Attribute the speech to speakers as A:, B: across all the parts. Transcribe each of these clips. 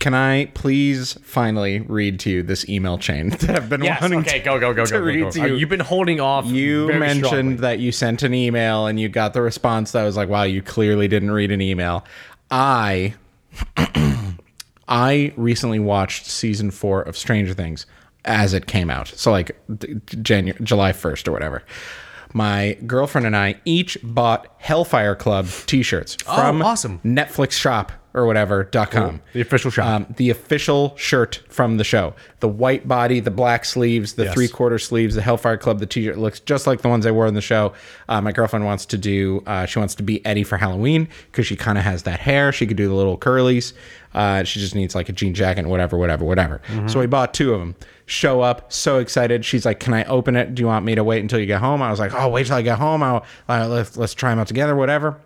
A: Can I please finally read to you this email chain that I've been
B: Yes.
A: wanting
B: Okay.
A: to
B: Go go go
A: to
B: go go.
A: read
B: go.
A: to
B: Uh,
A: you.
B: You've been holding off.
A: You
B: very
A: mentioned
B: strongly.
A: that you sent an email and you got the response that was like, "Wow, you clearly didn't read an email." I I recently watched season 4 of Stranger Things as it came out. So like d- Janu- July 1st or whatever. My girlfriend and I each bought Hellfire Club t-shirts from
B: Oh, awesome.
A: Netflix shop or whatever dot com.
B: the official shop.
A: Um, the official shirt from the show. The white body, the black sleeves, the
B: Yes.
A: three quarter sleeves, the Hellfire Club, the t shirt looks just like the ones I wore in the show. Uh, my girlfriend wants to do, uh, she wants to be Eddie for Halloween because she kind of has that hair. She could do the little curlies. Uh, she just needs like a jean jacket, whatever, whatever, whatever.
B: Mm-hmm.
A: So we bought two of them. Show up, so excited. She's like, "Can I open it? Do you want me to wait until you get home?" I was like, "Oh, wait till I get home. I'll, uh, let's let's try them out together, whatever."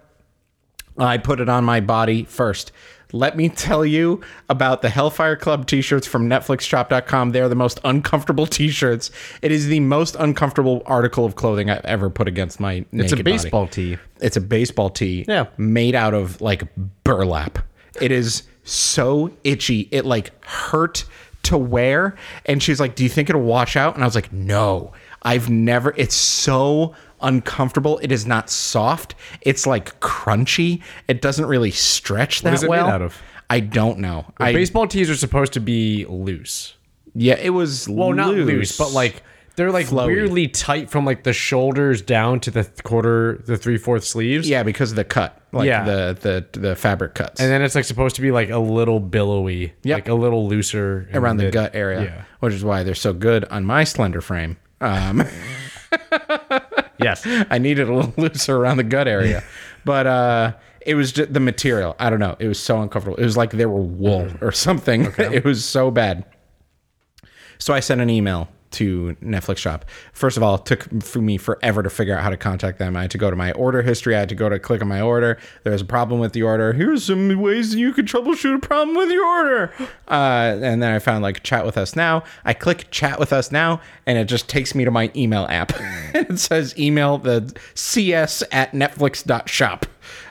A: I put it on my body first. Let me tell you about the Hellfire Club t shirts from NetflixShop.com. They're the most uncomfortable t shirts. It is the most uncomfortable article of clothing I've ever put against my
B: it's a baseball tee.
A: It's a baseball tee
B: Yeah.
A: made out of like burlap. It is so itchy. It like hurt to wear. And she's like, Do you think it'll wash out? And I was like, No, I've never. It's so uncomfortable. It is not soft. It's like crunchy. It doesn't really stretch that
B: is it made
A: well.
B: out of?
A: I don't know. I
B: Baseball tees are supposed to be loose.
A: yeah, it was
B: Well, Oh, not loose, but like they're like
A: Flowy.
B: weirdly tight from like the shoulders down to the th- quarter, the three fourth sleeves.
A: yeah, because of the cut, like
B: Yeah.
A: the the the fabric cuts.
B: And then it's like supposed to be like a little billowy,
A: Yep.
B: like a little looser
A: around
B: in
A: the gut area,
B: yeah.
A: which is why they're so good on my slender frame. Um,
B: Yes.
A: I needed a little looser around the gut area, but uh, it was just the material. I don't know. It was so uncomfortable. It was like they were wool or something. it was so bad. So I sent an email to Netflix shop. First of all, it took for me forever to figure out how to contact them. I had to go to my order history. I had to go to click on my order. There was a problem with the order. Here's some ways you could troubleshoot a problem with your order. Uh, and then I found like chat with us now. I click chat with us now, and it just takes me to my email app. it says email the cs at netflix.shop.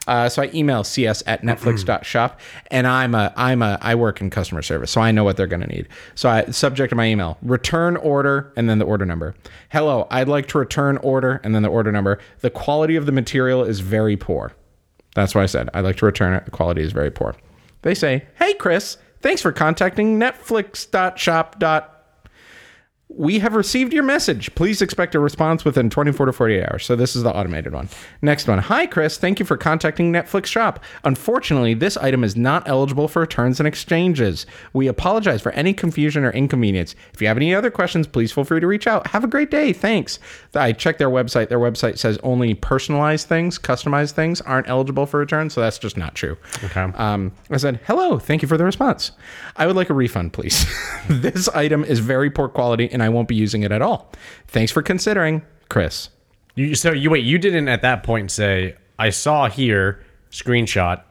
A: Uh, so I email cs at netflix.shop, and I'm a I'm a I work in customer service, so I know what they're going to need. So I subject to my email: return order, and then the order number. Hello, I'd like to return order, and then the order number. The quality of the material is very poor. That's what I said. I'd like to return it. The quality is very poor. They say, "Hey, Chris, thanks for contacting netflix.shop.." We have received your message. Please expect a response within 24 to 48 hours. So this is the automated one. Next one. Hi, Chris. Thank you for contacting Netflix Shop. Unfortunately, this item is not eligible for returns and exchanges. We apologize for any confusion or inconvenience. If you have any other questions, please feel free to reach out. Have a great day. Thanks. I checked their website. Their website says only personalized things, customized things aren't eligible for return. So that's just not true.
B: Okay.
A: Um, I said, hello, thank you for the response. I would like a refund, please. this item is very poor quality and I won't be using it at all. Thanks for considering, Chris.
B: You, so you wait. You didn't at that point say I saw here screenshot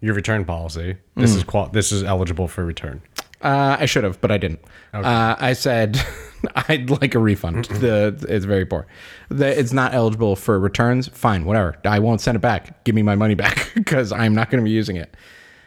B: your return policy. This is qual. This is eligible for return.
A: Uh, I should have, but I didn't. Uh, I said, I'd like a refund. the It's very poor. The, it's not eligible for returns. Fine, whatever. I won't send it back. Give me my money back because I'm not going to be using it.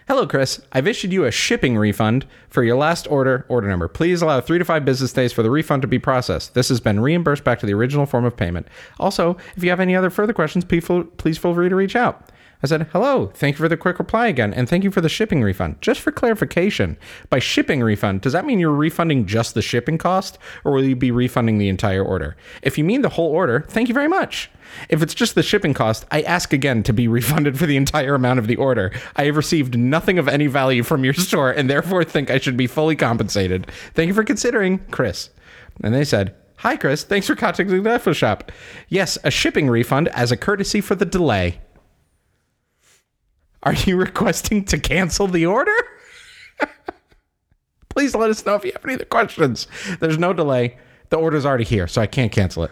A: Hello, Chris. I've issued you a shipping refund for your last order, order number. Please allow three to five business days for the refund to be processed. This has been reimbursed back to the original form of payment. Also, if you have any other further questions, please feel- please feel free to reach out. I said, hello, thank you for the quick reply again, and thank you for the shipping refund. Just for clarification, by shipping refund, does that mean you're refunding just the shipping cost, or will you be refunding the entire order? If you mean the whole order, thank you very much. If it's just the shipping cost, I ask again to be refunded for the entire amount of the order. I have received nothing of any value from your store and therefore think I should be fully compensated. Thank you for considering, Chris. And they said, Hi, Chris. Thanks for contacting the Netflix shop. Yes, a shipping refund as a courtesy for the delay. Are you requesting to cancel the order? Please let us know if you have any other questions. There's no delay. The order's already here, so I can't cancel it.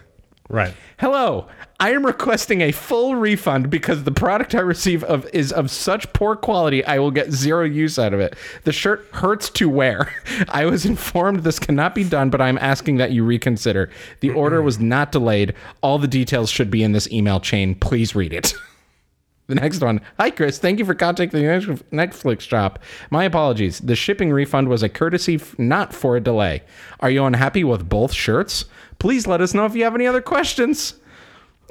B: Right.
A: Hello, I am requesting a full refund because the product I receive of is of such poor quality I will get zero use out of it. The shirt hurts to wear. I was informed this cannot be done, but I'm asking that you reconsider. The order was not delayed. All the details should be in this email chain. Please read it. The next one. Hi, Chris. Thank you for contacting the Netf- Netflix shop. My apologies. The shipping refund was a courtesy, f- not for a delay. Are you unhappy with both shirts? Please let us know if you have any other questions.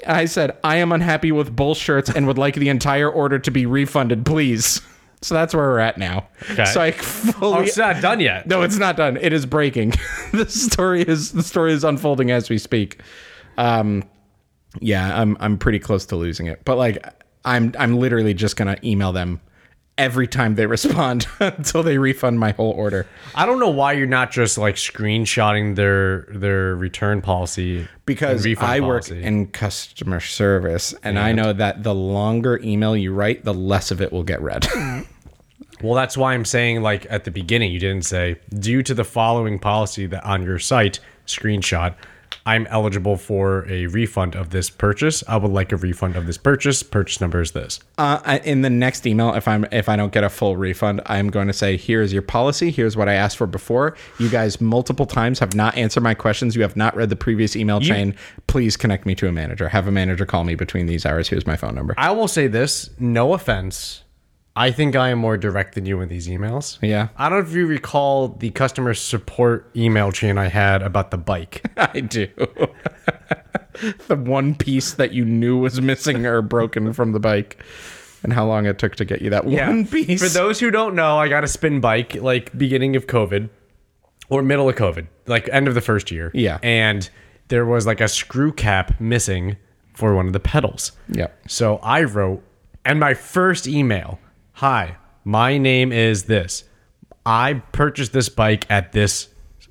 A: I said, I am unhappy with both shirts and would like the entire order to be refunded, please. So that's where we're at now.
B: Okay.
A: So I fully.
B: Oh, it's not done yet.
A: No, it's not done. It is breaking. the story is the story is unfolding as we speak. Um, yeah, I'm I'm pretty close to losing it, but like I'm I'm literally just gonna email them every time they respond until they refund my whole order
B: I don't know why you're not just like screenshotting their their return policy
A: because
B: and refund
A: I work
B: policy.
A: in customer service and I know that the longer email you write, the less of it will get read.
B: Well, that's why I'm saying, like at the beginning, you didn't say due to the following policy that on your site screenshot, I'm eligible for a refund of this purchase. I would like a refund of this purchase. Purchase number is this.
A: uh, I- in the next email, if I'm if I don't get a full refund, I'm going to say, "Here is your policy. Here's what I asked for before. You guys multiple times have not answered my questions. You have not read the previous email chain. Please connect me to a manager. Have a manager call me between these hours. Here's my phone number."
B: I will say this, no offense. I think I am more direct than you in these emails.
A: Yeah.
B: I don't know if you recall the customer support email chain I had about the bike.
A: I do. the one piece that you knew was missing or broken from the bike, and how long it took to get you that one piece.
B: For those who don't know, I got a spin bike like beginning of COVID or middle of COVID, like end of the first year.
A: Yeah.
B: And there was like a screw cap missing for one of the pedals.
A: Yep.
B: So I wrote, and my first email Hi, my name is this. I purchased this bike at this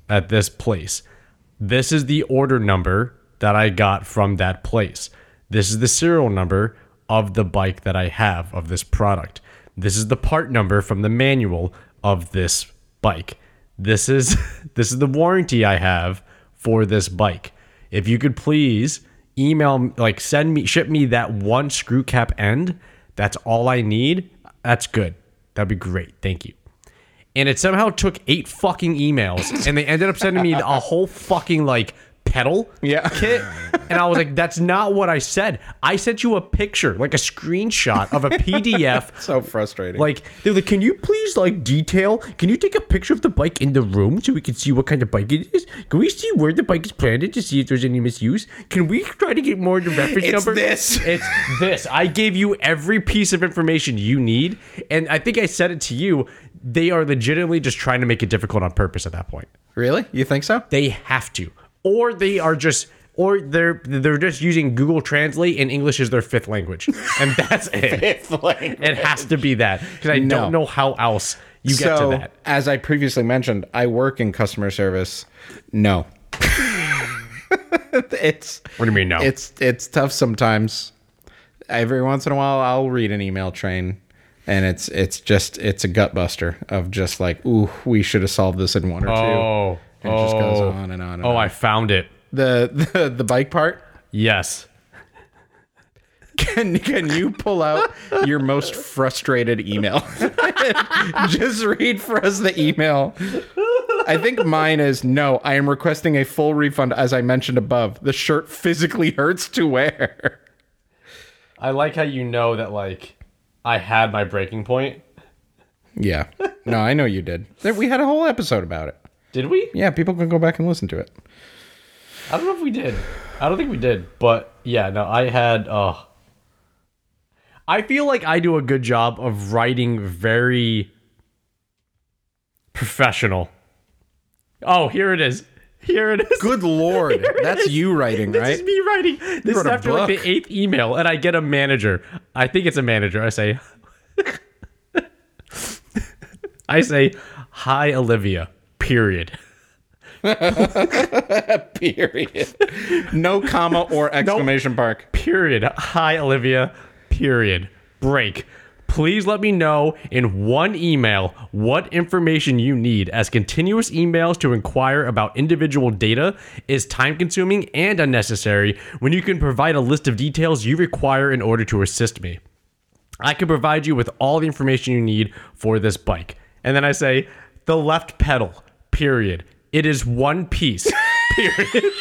B: at this place. This is the order number that I got from that place. This is the serial number of the bike that I have of this product. This is the part number from the manual of this bike. This is this is the warranty I have for this bike. If you could please email like send me ship me that one screw cap end, that's all I need. That's good. That'd be great. Thank you. And it somehow took eight fucking emails and they ended up sending me a whole fucking like pedal
A: Yeah.
B: kit. And I was like, that's not what I said. I sent you a picture, like a screenshot of a PDF
A: so frustrating.
B: like they're like, can you please like detail? Can you take a picture of the bike in the room so we can see what kind of bike it is? Can we see where the bike is planted to see if there's any misuse? Can we try to get more of the reference
A: It's
B: number?
A: this.
B: It's this. I gave you every piece of information you need, and I think I said it to you. They are legitimately just trying to make it difficult on purpose at that point.
A: really? You think so?
B: They have to, or they are just. Or they're they're just using Google Translate and English is their fifth language, and that's it. It has to be that because I
A: No.
B: don't know how else you get
A: so,
B: to that.
A: As I previously mentioned, I work in customer service. No. it's
B: What do you mean no?
A: it's it's tough sometimes. Every once in a while I'll read an email train and it's it's just it's a gut buster of just like, ooh, we should have solved this in one or two.
B: oh,
A: And it just goes
B: oh.
A: on and on and
B: oh,
A: on.
B: I found it.
A: The, the the bike part.
B: Yes.
A: Can can you pull out your most frustrated email? Just read for us the email. I think mine is no, I am requesting a full refund as I mentioned above. The shirt physically hurts to wear.
B: I like how you know that like I had my breaking point.
A: Yeah. No, I know you did. There- We had a whole episode about it.
B: Did we?
A: Yeah, people can go back and listen to it.
B: I don't know if we did. I don't think we did. But yeah, no, I had uh I feel like I do a good job of writing very professional. Oh, here it is. Here it is.
A: Good lord. That's you writing,
B: This is me writing. This is
A: wrote a
B: after like
A: book.
B: the eighth email, and I get a manager. I think it's a manager. I say, I say, hi Olivia. Period.
A: Period. No comma or exclamation mark.
B: Period. Hi Olivia. Period. Break. Please let me know in one email what information you need, as continuous emails to inquire about individual data is time consuming and unnecessary when you can provide a list of details you require in order to assist me. I can provide you with all the information you need for this bike. And then I say, the left pedal, period. It is one piece, period.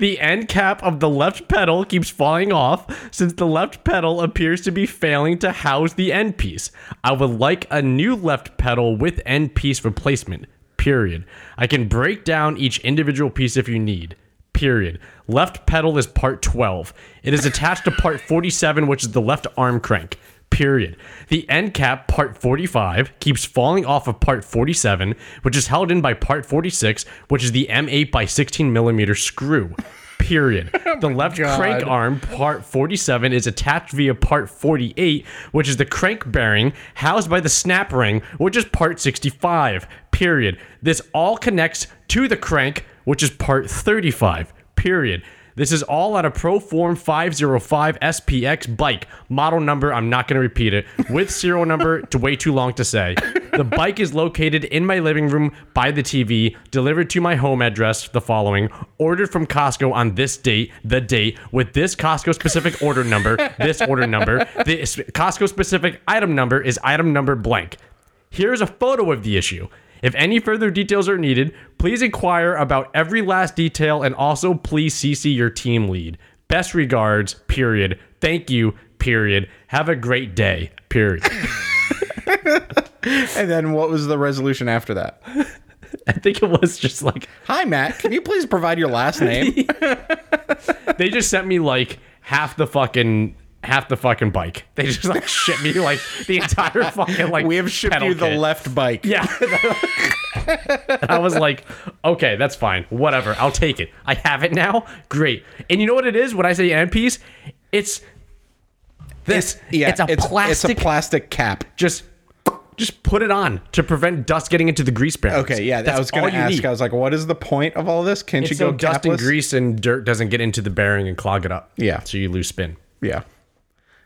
B: The end cap of the left pedal keeps falling off since the left pedal appears to be failing to house the end piece. I would like a new left pedal with end piece replacement. Period. I can break down each individual piece if you need. Period. Left pedal is part 12. It is attached to part 47, which is the left arm crank period. The end cap, part 45, keeps falling off of part 47, which is held in by part 46, which is the M8 by 16 millimeter screw. Period. the left crank arm, part 47, is attached via part 48, which is the crank bearing housed by the snap ring, which is part 65. Period. This all connects to the crank, which is part 35. Period. This is all on a Proform 505 SPX bike. Model number, I'm not going to repeat it, with serial number, it's way too long to say. The bike is located in my living room by the TV, delivered to my home address the following, ordered from Costco on this date, the date, with this Costco specific order number, this order number. This Costco specific item number is item number blank. Here is a photo of the issue. If any further details are needed, please inquire about every last detail and also please CC your team lead. Best regards, period. Thank you, period. Have a great day, period.
A: And then what was the resolution after that?
B: I think it was just like,
A: Hi, Matt. Can you please provide your last name?
B: they just sent me like half the fucking. Half the fucking bike. They just like shipped me like the entire fucking like.
A: We have shipped
B: pedal
A: you the
B: kit.
A: left bike.
B: Yeah. I was like, okay, that's fine. Whatever. I'll take it. I have it now. Great. And you know what it is when I say end piece? It's this.
A: Yeah,
B: it's a plastic.
A: It's a plastic cap.
B: just just put it on to prevent dust getting into the grease bearings.
A: Okay, yeah, that I was going
B: all
A: to
B: you
A: ask.
B: need.
A: I was like, what is the point of all this? Can't you
B: so
A: go
B: dust and
A: capless?
B: grease and dirt doesn't get into the bearing and clog it up.
A: Yeah.
B: So you lose spin.
A: Yeah,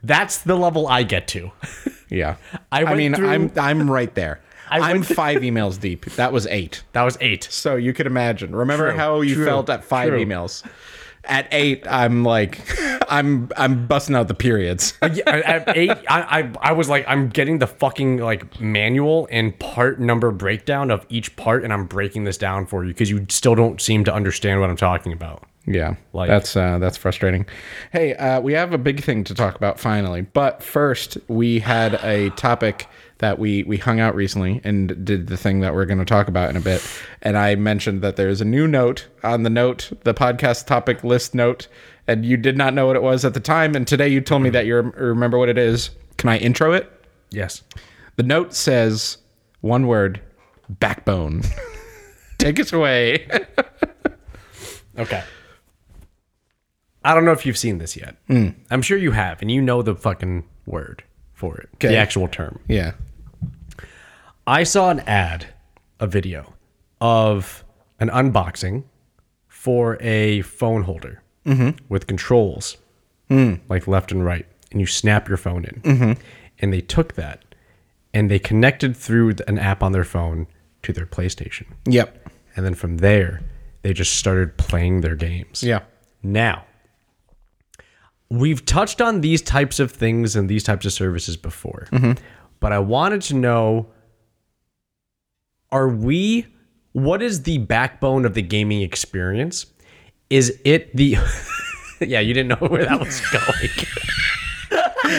B: That's the level I get to.
A: yeah.
B: I
A: I
B: went
A: mean,
B: through-
A: I'm I'm right there.
B: I went
A: I'm
B: th-
A: five emails deep. That was eight.
B: That was eight.
A: So you could imagine. Remember
B: True,
A: how you
B: true,
A: felt at five
B: true.
A: emails. At eight, I'm like, I'm I'm busting out the periods.
B: yeah, I- I, eight, I, I, I was like, I'm getting the fucking like manual and part number breakdown of each part, and I'm breaking this down for you because you still don't seem to understand what I'm talking about.
A: Yeah,
B: Like-
A: that's uh, that's frustrating. Hey, uh, we have a big thing to talk about finally, but first we had a topic that we we hung out recently and did the thing that we're going to talk about in a bit. And I mentioned that there's a new note on the note, the podcast topic list note, and you did not know what it was at the time. And today you told me that you rem- remember what it is. Can I intro it?
B: Yes.
A: The note says one word: backbone. Take us away.
B: Okay. I don't know if you've seen this yet. I'm sure you have, and you know the fucking word for it,
A: Okay.
B: the actual term.
A: yeah.
B: I saw an ad, a video of an unboxing for a phone holder with controls, like left and right, and you snap your phone in. And they took that and they connected through th- an app on their phone to their PlayStation.
A: Yep.
B: And then from there, they just started playing their games.
A: Yeah.
B: Now, we've touched on these types of things and these types of services before,
A: Mm-hmm.
B: but I wanted to know are we, what is the backbone of the gaming experience? Is it the, yeah, you didn't know where that was going. you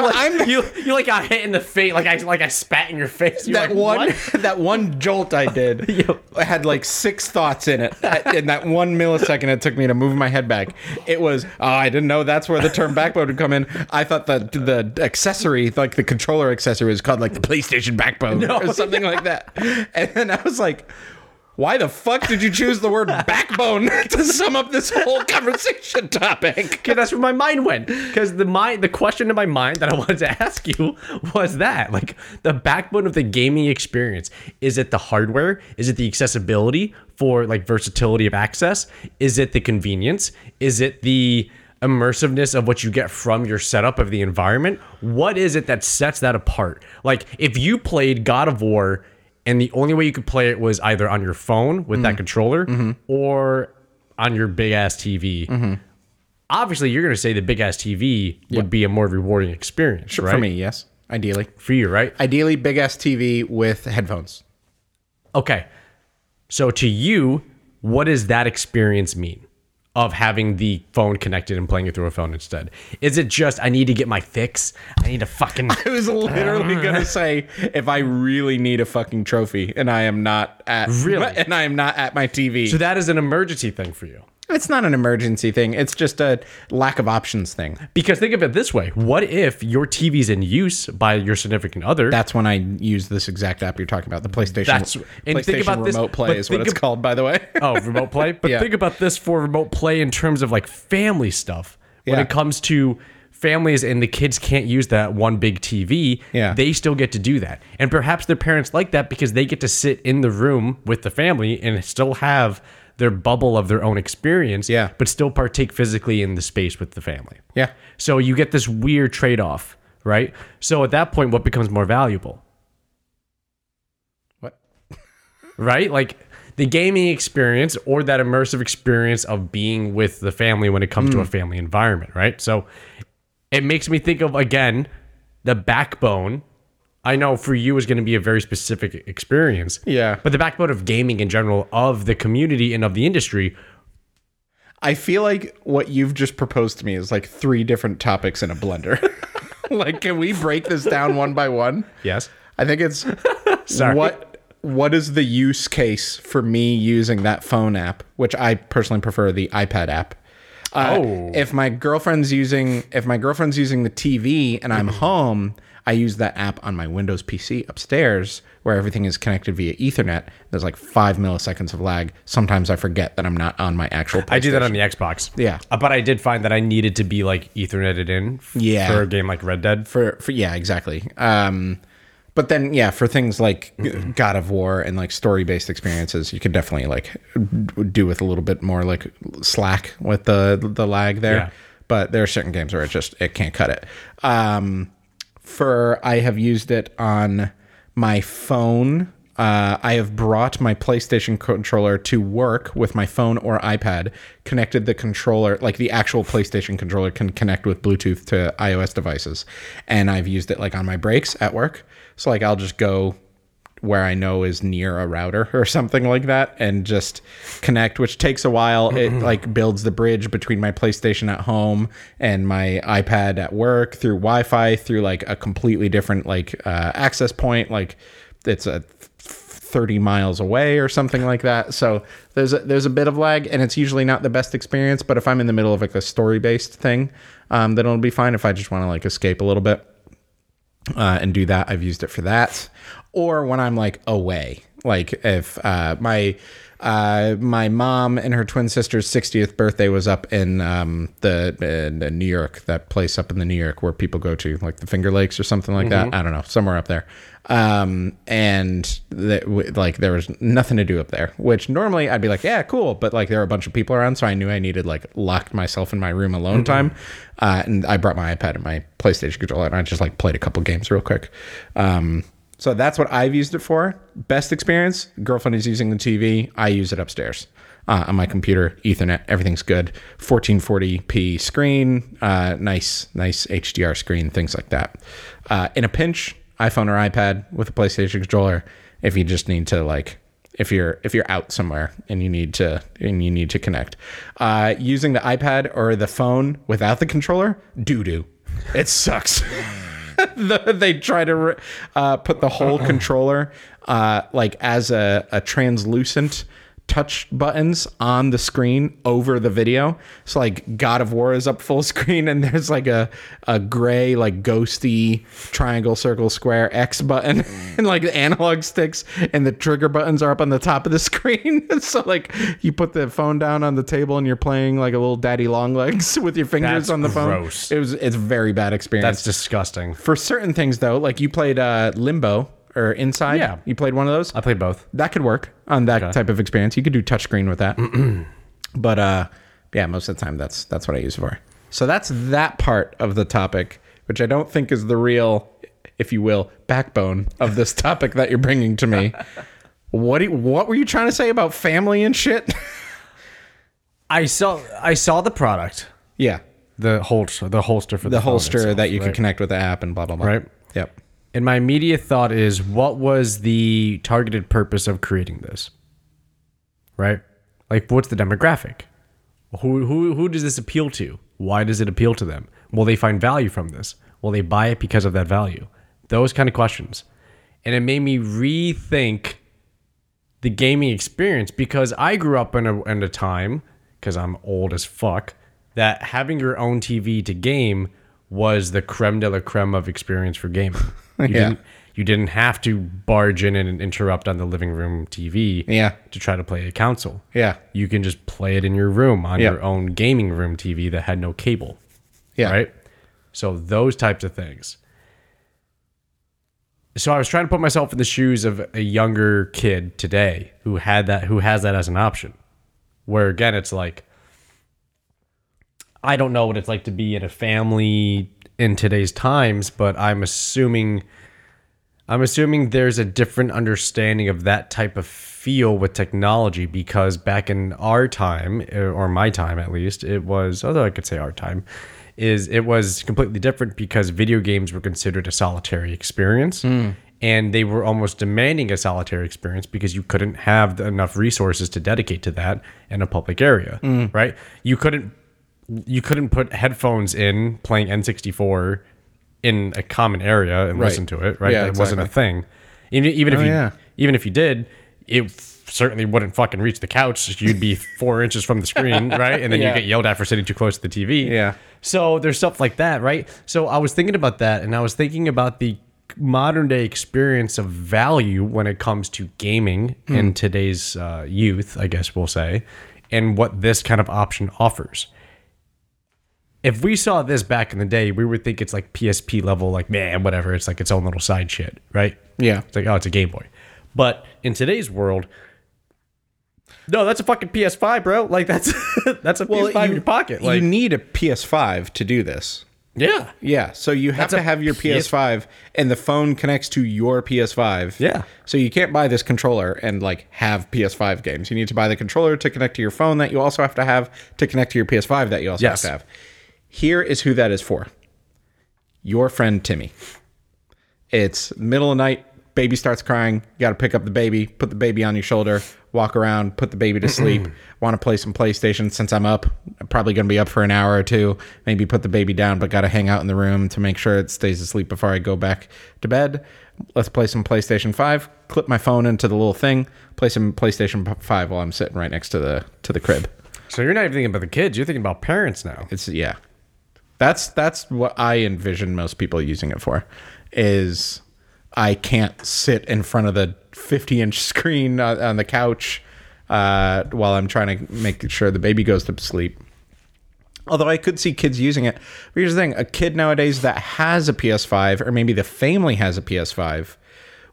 B: like
A: I'm-
B: you, you like got hit in the face like I like I spat in your face. You're
A: that one
B: like, "What?"
A: that one jolt I did had like six thoughts in it. In that one millisecond it took me to move my head back, it was oh, I didn't know that's where the term backbone would come in. I thought that the accessory, like the controller accessory, was called like the PlayStation backbone or something like that. And then I was like. Why the fuck did you choose the word backbone to sum up this whole conversation topic?
B: Because that's where my mind went. Because the mind, the question in my mind that I wanted to ask you was that, like, the backbone of the gaming experience. Is it the hardware? Is it the accessibility for like versatility of access? Is it the convenience? Is it the immersiveness of what you get from your setup of the environment? What is it that sets that apart? Like, if you played God of War. And the only way you could play it was either on your phone with that controller or on your big ass TV obviously you're going to say the big ass TV would be a more rewarding experience, right?
A: For me, yes. Ideally.
B: for you, right?
A: Ideally, big ass TV with headphones.
B: Okay. So to you, what does that experience mean of having the phone connected and playing it through a phone instead? Is it just I need to get my fix? I need to fucking
A: I was literally gonna say if I really need a fucking trophy and I am not at
B: Really?
A: and I am not at my TV.
B: So that is an emergency thing for you.
A: it's not an emergency thing. It's just a lack of options thing.
B: Because think of it this way. What if your TV's in use by your significant other?
A: That's when I use this exact app you're talking about, the PlayStation.
B: That's- and
A: PlayStation
B: think about this-
A: Remote Play
B: but
A: is what
B: think
A: it's
B: ab-
A: called, by the way.
B: oh, remote play. But
A: Yeah.
B: think about this for remote play in terms of like family stuff. When
A: Yeah.
B: it comes to families and the kids can't use that one big TV,
A: Yeah.
B: they still get to do that. And perhaps their parents like that because they get to sit in the room with the family and still have their bubble of their own experience,
A: Yeah.
B: but still partake physically in the space with the family.
A: Yeah.
B: So you get this weird trade off, right? So at that point, what becomes more valuable?
A: What?
B: right? Like the gaming experience or that immersive experience of being with the family when it comes to a family environment, right? So it makes me think of again the backbone. I know for you is going to be a very specific e-, experience.
A: Yeah.
B: But the backbone of gaming in general, of the community and of the industry,
A: I feel like what you've just proposed to me is like three different topics in a blender. like, can we break this down one by one?
B: yes.
A: I think it's
B: Sorry.
A: what what is the use case for me using that phone app, which I personally prefer the iPad app. Uh,
B: Oh.
A: if my girlfriend's using if my girlfriend's using the TV and
B: Mm-hmm.
A: I'm home, I use that app on my Windows PC upstairs where everything is connected via Ethernet. There's like five milliseconds of lag. Sometimes I forget that I'm not on my actual.
B: I do that on the Xbox.
A: Yeah.
B: Uh, But I did find that I needed to be like etherneted in f-
A: Yeah.
B: for a game like Red Dead.
A: for for yeah exactly um but then yeah for things like god of war and like story based experiences you could definitely like d- do with a little bit more like slack with the the lag there
B: Yeah.
A: but there are certain games where it just it can't cut it um for i have used it on my phone uh, I have brought my PlayStation controller to work with my phone or iPad, connected the controller, like the actual PlayStation controller can connect with Bluetooth to iOS devices. And I've used it like on my breaks at work. So like I'll just go where I know is near a router or something like that and just connect, which takes a while. It like builds the bridge between my PlayStation at home and my iPad at work through Wi Fi, through like a completely different like uh, access point. Like it's a 30 miles away or something like that. So there's a, there's a bit of lag and it's usually not the best experience, but if I'm in the middle of like a story based thing, um, then it'll be fine if I just want to like escape a little bit uh, and do that. I've used it for that, or when I'm like away, like if uh, my uh, my mom and her twin sister's 60th birthday was up in um, the in the New York, that place up in the New York where people go to, like the Finger Lakes or something like that. I don't know, somewhere up there. Um, and that w- like there was nothing to do up there, which normally I'd be like, yeah, cool, but like there were a bunch of people around, so I knew I needed like locked myself in my room alone time. Uh, and I brought my iPad and my PlayStation controller, and I just like played a couple games real quick. Um, so that's what I've used it for. Best experience. Girlfriend is using the TV. I use it upstairs uh, on my computer. Ethernet. Everything's good. 1440p screen. Uh, nice, nice HDR screen. Things like that. Uh, in a pinch, iPhone or iPad with a PlayStation controller. If you just need to like if you're if you're out somewhere and you need to and you need to connect uh, using the ipad or the phone without the controller doo-doo it sucks The- they try to re- uh, put the whole controller uh, like as a, a translucent touch buttons on the screen over the video so like god of war is up full screen and there's like a a gray like ghosty triangle circle square x button and like the analog sticks and the trigger buttons are up on the top of the screen so like you put the phone down on the table and you're playing like a little daddy long legs with your fingers
B: That's
A: on the phone
B: gross.
A: it was it's a very bad experience
B: That's disgusting.
A: for certain things though like you played uh limbo or inside
B: Yeah. Uh,
A: you played one of those
B: I played both.
A: that could work on that type of experience you could do touchscreen with that but uh yeah most of the time that's that's what i use it for so that's that part of the topic which i don't think is the real if you will backbone of this topic that you're bringing to me what do you- what were you trying to say about family and shit
B: I saw I saw the product.
A: yeah
B: the holster the holster for the,
A: the
B: phone
A: holster
B: itself,
A: that you
B: Oh, right?
A: could connect with the app and blah blah blah
B: Right.
A: yep
B: And my immediate thought is, what was the targeted purpose of creating this? Right? Like, what's the demographic? Who, who, who does this appeal to? Why does it appeal to them? Will they find value from this? Will they buy it because of that value? Those kind of questions. And it made me rethink the gaming experience because I grew up in a, in a time, because I'm old as fuck, that having your own TV to game was the creme de la creme of experience for gaming. You Didn't, you didn't have to barge in and interrupt on the living room TV
A: Yeah.
B: to try to play a console.
A: Yeah.
B: You can just play it in your room on
A: Yeah.
B: your own gaming room TV that had no cable.
A: Yeah.
B: Right? So those types of things. So I was trying to put myself in the shoes of a younger kid today who had that who has that as an option. Where again it's like I don't know what it's like to be in a family in today's times, but I'm assuming I'm assuming there's a different understanding of that type of feel with technology because back in our time, eh, or my time at least, it was, although I could say our time, is it was completely different because video games were considered a solitary experience. And they were almost demanding a solitary experience because you couldn't have enough resources to dedicate to that in a public area, right? You couldn't you couldn't put headphones in playing N64 in a common area and listen to it, right?
A: Yeah, Oh,
B: that wasn't a thing. Even, even if you
A: yeah.
B: even if you did, it f- certainly wouldn't fucking reach the couch. You'd be four inches from the screen, right? And then
A: Yeah.
B: you get yelled at for sitting too close to the TV.
A: Yeah.
B: So there's stuff like that, right? So I was thinking about that, and I was thinking about the modern day experience of value when it comes to gaming
A: Hmm.
B: in today's uh, youth, I guess we'll say, and what this kind of option offers if we saw this back in the day, we would think it's like PSP level, like man, whatever. It's like its own little side shit, right?
A: Yeah.
B: It's like oh, it's a Game Boy. But in today's world, no, that's a fucking PS5, bro. Like that's that's a PS5 in your pocket. Like
A: you need a PS5 to do this.
B: yeah,
A: Yeah, so you have to
B: a
A: have your
B: PS
A: PS5 and the phone connects to your PS5.
B: Yeah.
A: So you can't buy this controller and like have PS5 games. You need to buy the controller to connect to your phone that you also have to have to connect to your PS5 that you also
B: Yes.
A: have to have. Here is who that is for. Your friend Timmy. It's middle of night, baby starts crying, you got to pick up the baby, put the baby on your shoulder, walk around, put the baby to sleep. Want to play some PlayStation since I'm up, I'm probably going to be up for an hour or two. Maybe put the baby down, but got to hang out in the room to make sure it stays asleep before I go back to bed. Let's play some PlayStation 5. Clip my phone into the little thing, play some PlayStation 5 while I'm sitting right next to the to the crib.
B: So you're not even thinking about the kids. You're thinking about parents now.
A: It's yeah. That's that's what I envision most people using it for. Is I can't sit in front of the 50 inch screen on, on the couch uh, while I'm trying to make sure the baby goes to sleep. Although I could see kids using it. But here's the thing a kid nowadays that has a PS5, or maybe the family has a PS5,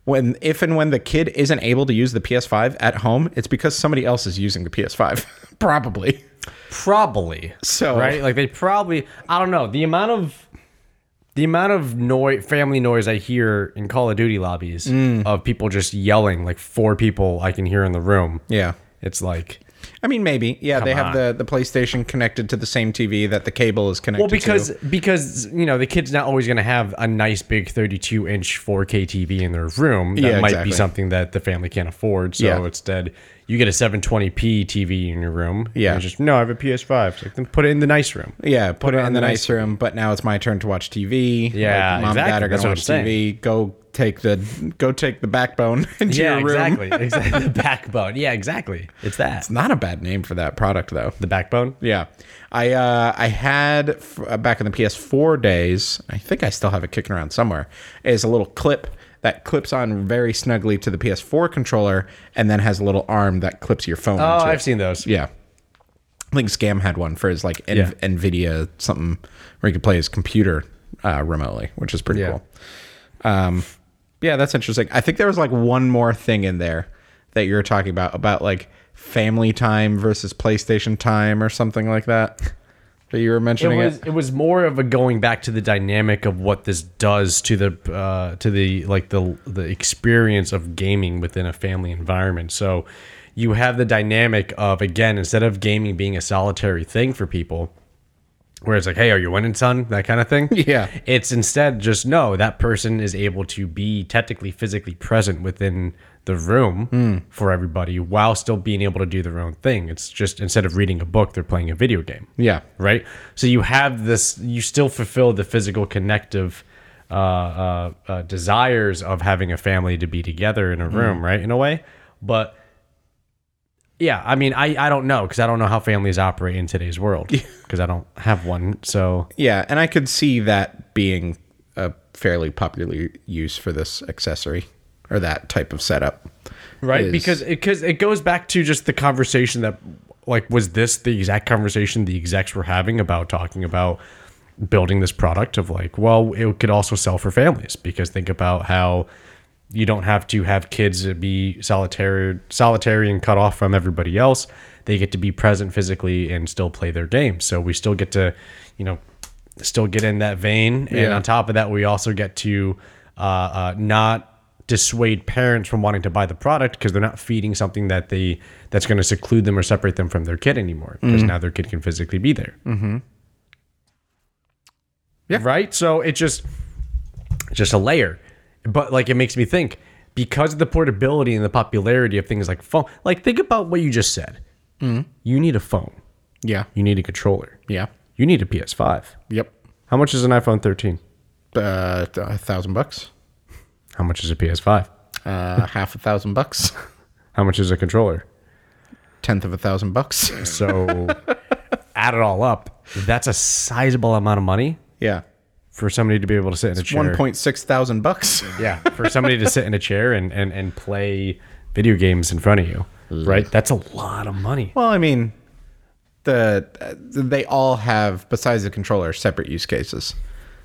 A: when if and when the kid isn't able to use the PS5 at home, it's because somebody else is using the PS5. Probably.
B: Probably
A: So-
B: right, like they probably. I don't know the amount of the amount of noise, family noise I hear in Call of Duty lobbies of people just yelling, like four people I can hear in the room.
A: Yeah.
B: It's like
A: I mean, maybe. Yeah, they have
B: on.
A: the the PlayStation connected to the same TV that the cable is connected.
B: well because
A: to.
B: because you know the kid's not always going to have a nice big 32 inch 4K TV in their room. That
A: Yeah,
B: might
A: exactly.
B: be something that the family can't afford. So
A: Yeah.
B: instead, you get a 720p TV in your room. and
A: Yeah.
B: it's just no, I have a PS5. It's like then put it in the nice room.
A: yeah, put it in
B: on
A: the
B: the
A: nice room. But now it's my turn to watch TV.
B: Yeah,
A: mom and dad
B: exactly.
A: are
B: That's
A: gonna
B: what I'm
A: watch TV. Go take the go take the backbone into
B: yeah,
A: your room.
B: exactly. Exactly. the backbone. Yeah, exactly. It's that.
A: Not a bad name for that product though.
B: The backbone.
A: Yeah, I uh, I had f- uh, back in the PS4 days. I think I still have it kicking around somewhere. Is a little clip that clips on very snugly to the PS4 controller, and then has a little arm that clips your phone.
B: Oh,
A: into it.
B: I've seen those.
A: Yeah. I think Scam had one for his like N-
B: Yeah.
A: Nvidia something where he could play his computer uh, remotely, which is pretty
B: Yeah.
A: cool. Um, yeah, that's interesting. I think there was like one more thing in there that you were talking about about like family time versus PlayStation time or something like that that you were mentioning.
B: it
A: It
B: was it was more of a going back to the dynamic of what this does to the uh, to the like the the experience of gaming within a family environment. So you have the dynamic of again instead of gaming being a solitary thing for people, where it's like, hey, are you winning, son? That kind of thing.
A: Yeah.
B: It's instead just no, that person is able to be technically physically present within the room for everybody while still being able to do their own thing. It's just instead of reading a book, they're playing a video game.
A: Yeah.
B: Right. So you have this, you still fulfill the physical connective uh, uh, uh, desires of having a family to be together in a room, right? In a way. But yeah, I mean, I, I don't know because I don't know how families operate in today's world because I don't have one. So
A: Yeah, and I could see that being a fairly popular use for this accessory or that type of setup.
B: right
A: is-
B: because because it goes back to just the conversation that like was this the exact conversation the execs were having about talking about building this product of like well it could also sell for families because think about how you don't have to have kids be solitary solitary and cut off from everybody else they get to be present physically and still play their game so we still get to you know still get in that vein and
A: Yeah.
B: on top of that we also get to uh, uh, not dissuade parents from wanting to buy the product because they're not feeding something that they that's going to seclude them or separate them from their kid anymore
A: Mm-hmm.
B: because now their kid can physically be there
A: Yeah.
B: right so it just just a layer but like it makes me think because of the portability and the popularity of things like phone like think about what you just said
A: Mm-hmm.
B: you need a phone
A: Yeah.
B: you need a controller
A: Yeah.
B: you need a ps5
A: Yep.
B: how much is an iphone 13
A: Uh, a thousand bucks.
B: how much is a ps5
A: Uh, half a thousand bucks.
B: how much is a controller
A: Tenth of a thousand bucks.
B: So add it all up, that's a sizable amount of money
A: Yeah.
B: for somebody to be able to sit in a chair.
A: One point six thousand bucks.
B: Yeah, for somebody to sit in a chair and, and, and play video games in front of you, right? That's a lot of money.
A: Well, I mean, the uh, they all have besides the controller separate use cases.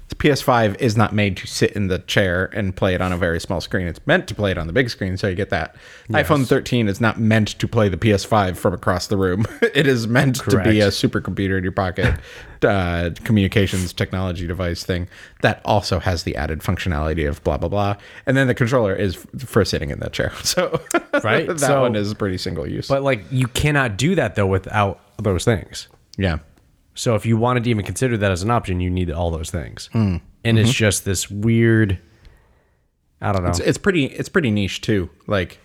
A: The PS5 is not made to sit in the chair and play it on a very small screen. It's meant to play it on the big screen, so you get that. iPhone 13 is not meant to play the PS5 from across the room. it is meant to be a supercomputer in your pocket, uh, communications technology device thing that also has the added functionality of blah blah blah. And then the controller is f- for sitting in that chair. So
B: Right,
A: that
B: so-
A: one is pretty single use.
B: But like you cannot do that though without those things.
A: yeah.
B: So if you wanted to even consider that as an option, you need all those things.
A: Hmm.
B: And it's just this weird I don't know.
A: Mm-hmm. it's, it's pretty it's pretty niche too. Like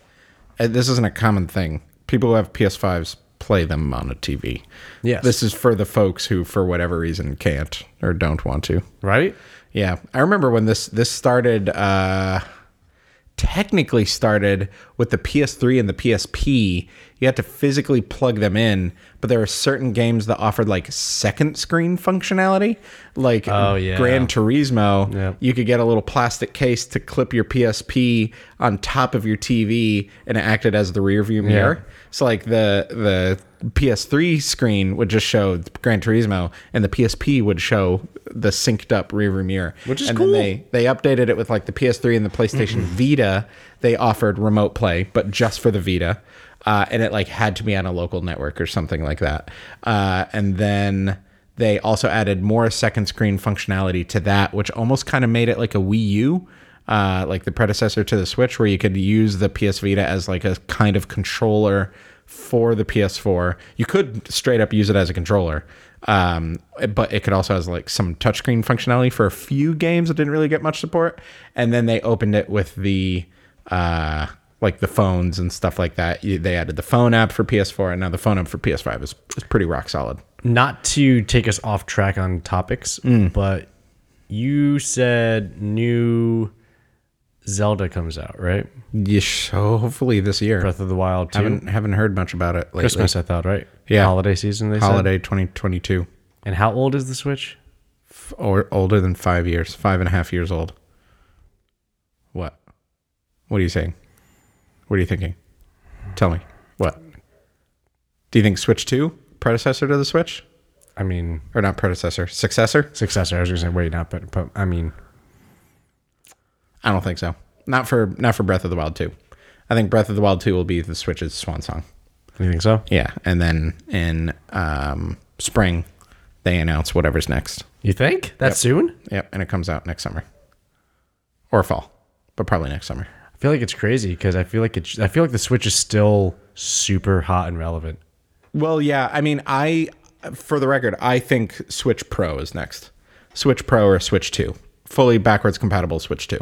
A: uh, this isn't a common thing. People who have PS5s play them on a TV.
B: Yes.
A: This is for the folks who for whatever reason can't or don't want to.
B: right?
A: Yeah. I remember when this this started uh technically started with the PS3 and the PSP. You had to physically plug them in, but there were certain games that offered like second screen functionality, like
B: Oh, yeah.
A: Gran Turismo.
B: Yep.
A: You could get a little plastic case to clip your PSP on top of your TV, and it acted as the rearview mirror. So like the the PS3 screen would just show Gran Turismo, and the PSP would show the synced up rearview mirror,
B: Which is
A: and
B: cool.
A: Then they they updated it with like the PS3 and the PlayStation Vita. They offered remote play, but just for the Vita, uh, and it like had to be on a local network or something like that. Uh, and then they also added more second screen functionality to that, which almost kind of made it like a Wii U. Uh, like the predecessor to the Switch, where you could use the PS Vita as like a kind of controller for the PS4. You could straight up use it as a controller, um, but it could also has like some touchscreen functionality for a few games that didn't really get much support. And then they opened it with the uh, like the phones and stuff like that. You- They added the phone app for PS4, and now the phone app for PS5 is, is pretty rock solid.
B: not to take us off track on topics,
A: Mm.
B: but you said new Zelda comes out, right?
A: Yes, so hopefully this year.
B: Breath of the Wild 2.
A: haven't haven't heard much about it lately.
B: Christmas, I thought, right?
A: Yeah.
B: Holiday season, they said.
A: holiday 2022,
B: And how old is the Switch?
A: F- or older than five years, five and a half years old. What? What are you saying? What are you thinking? Tell me. What? Do you think Switch Two predecessor to the Switch,
B: I mean,
A: or not predecessor, successor?
B: successor. I was going to say, wait, not, but, but I mean,
A: I don't think so. Not for not for Breath of the Wild Two. I think Breath of the Wild Two will be the Switch's swan song.
B: you think so?
A: Yeah, and then in um, spring they announce whatever's next.
B: You think? That soon?
A: Yep, and it comes out next summer or fall, but probably next summer.
B: I feel like it's crazy because I feel like it's, I feel like the Switch is still super hot and relevant.
A: Well, yeah. I mean, I for the record, I think Switch Pro is next. Switch Pro or Switch 2. Fully backwards compatible Switch 2.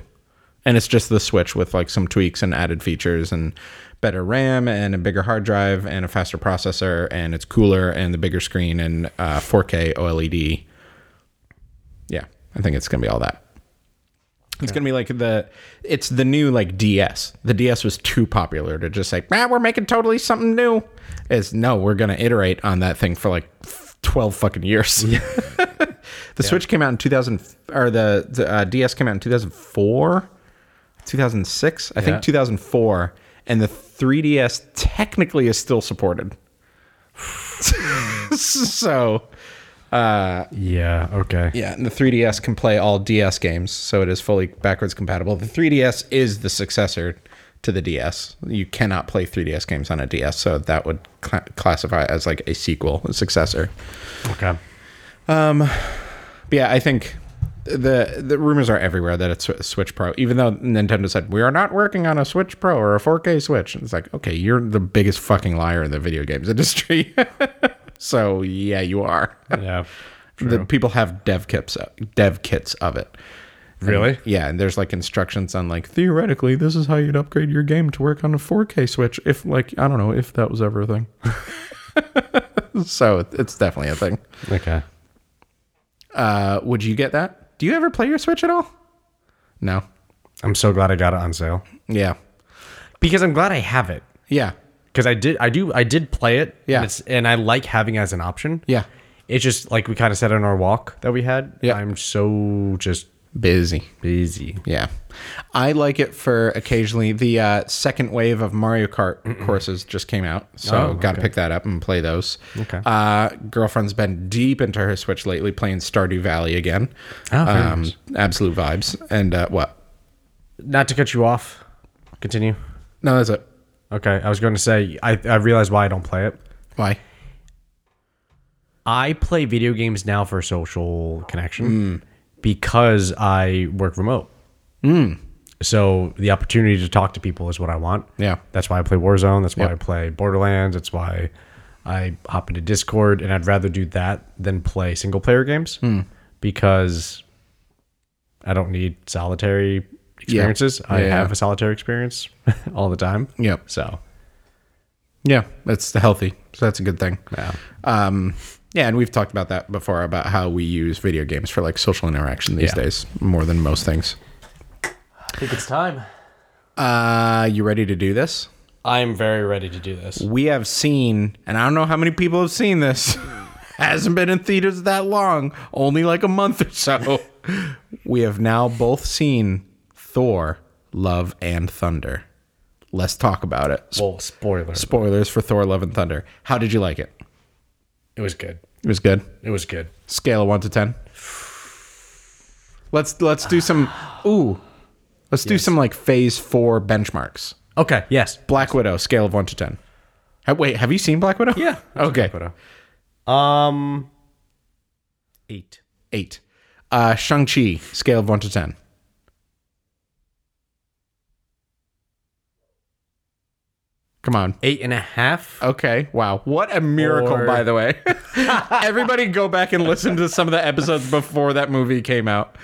A: And it's just the Switch with like some tweaks and added features and better RAM and a bigger hard drive and a faster processor and it's cooler and the bigger screen and uh, 4K OLED. Yeah, I think it's going to be all that. It's gonna be like the it's the new like DS. The DS was too popular to just say, ah, we're making totally something new. Is no, we're gonna iterate on that thing for like f- twelve fucking years. the Switch came out in two thousand, or the, the uh, DS came out in two thousand four, two thousand six, I
B: Yeah.
A: think two thousand four, and the 3DS technically is still supported. so
B: Yeah. Okay.
A: yeah, and the 3DS can play all DS games, so it is fully backwards compatible. The 3DS is the successor to the DS. You cannot play 3DS games on a DS, so that would cla classify as like a sequel, a successor.
B: Okay.
A: But yeah, I think the the rumors are everywhere that it's a Switch Pro, even though Nintendo said we are not working on a Switch Pro or a 4K Switch. And it's like, okay, you're the biggest fucking liar in the video games industry. so yeah, you are.
B: Yeah.
A: The people have dev kits, dev kits of it.
B: Really?
A: Yeah, and there's like instructions on like theoretically this is how you'd upgrade your game to work on a 4K Switch if like I don't know if that was ever a thing. so it's definitely a thing.
B: Okay.
A: Uh, would you get that? Do you ever play your Switch at all? No.
B: I'm so glad I got it on sale
A: Yeah.
B: because I'm glad I have it
A: Yeah.
B: because I did I do I did play it.
A: Yeah.
B: And, it's, and I like having it as an option.
A: Yeah.
B: It's just like we kind of said on our walk that we had.
A: Yeah.
B: I'm so just
A: Busy.
B: busy.
A: Yeah. I like it for occasionally the uh, second wave of Mario Kart courses just came out. So
B: Oh,
A: got to pick that up and play those.
B: Okay.
A: Uh, girlfriend's been deep into her Switch lately playing Stardew Valley again. Um,
B: Oh, very nice.
A: Absolute vibes. And uh, what?
B: Not to cut you off. Continue.
A: No, that's it.
B: Okay. I was going to say I I realized why I don't play it.
A: Why?
B: I play video games now for social
A: Hmm.
B: connection because I work remote.
A: Hmm.
B: So the opportunity to talk to people is what I want.
A: Yeah.
B: That's why I play Warzone. That's why I play Borderlands. That's why I hop into Discord. And I'd rather do that than play single player games because I don't need solitary experiences. I
A: Yeah, yeah.
B: have a solitary experience all the time.
A: Yep.
B: So,
A: Yeah. That's healthy. So that's a good thing.
B: yeah.
A: Um, yeah, and we've talked about that before about how we use video games for like social interaction these
B: Yeah.
A: days more than most things.
B: I think it's time.
A: Uh, you ready to do this?
B: I'm very ready to do this.
A: we have seen, and I don't know how many people have seen this, hasn't been in theaters that long, only like a month or so. we have now both seen Thor, Love, and Thunder. Let's talk about it. Sp-
B: Well, spoiler.
A: Spoilers for Thor, Love, and Thunder. How did you like it?
B: It was good.
A: It was good.
B: It was good.
A: Scale of one to ten. Let's let's do some ooh. Let's do some like phase four benchmarks.
B: Okay. Yes.
A: Black Widow, scale of one to ten. Ha- Wait, have you seen Black Widow?
B: Yeah, I've
A: Okay.
B: Um. Eight.
A: Eight. Uh, Shang-Chi, scale of 1 to 10. Come on.
B: Eight and a half.
A: Okay. Wow. What a miracle,
B: Or-
A: by the way. Everybody go back and listen to some of the episodes before that movie came out.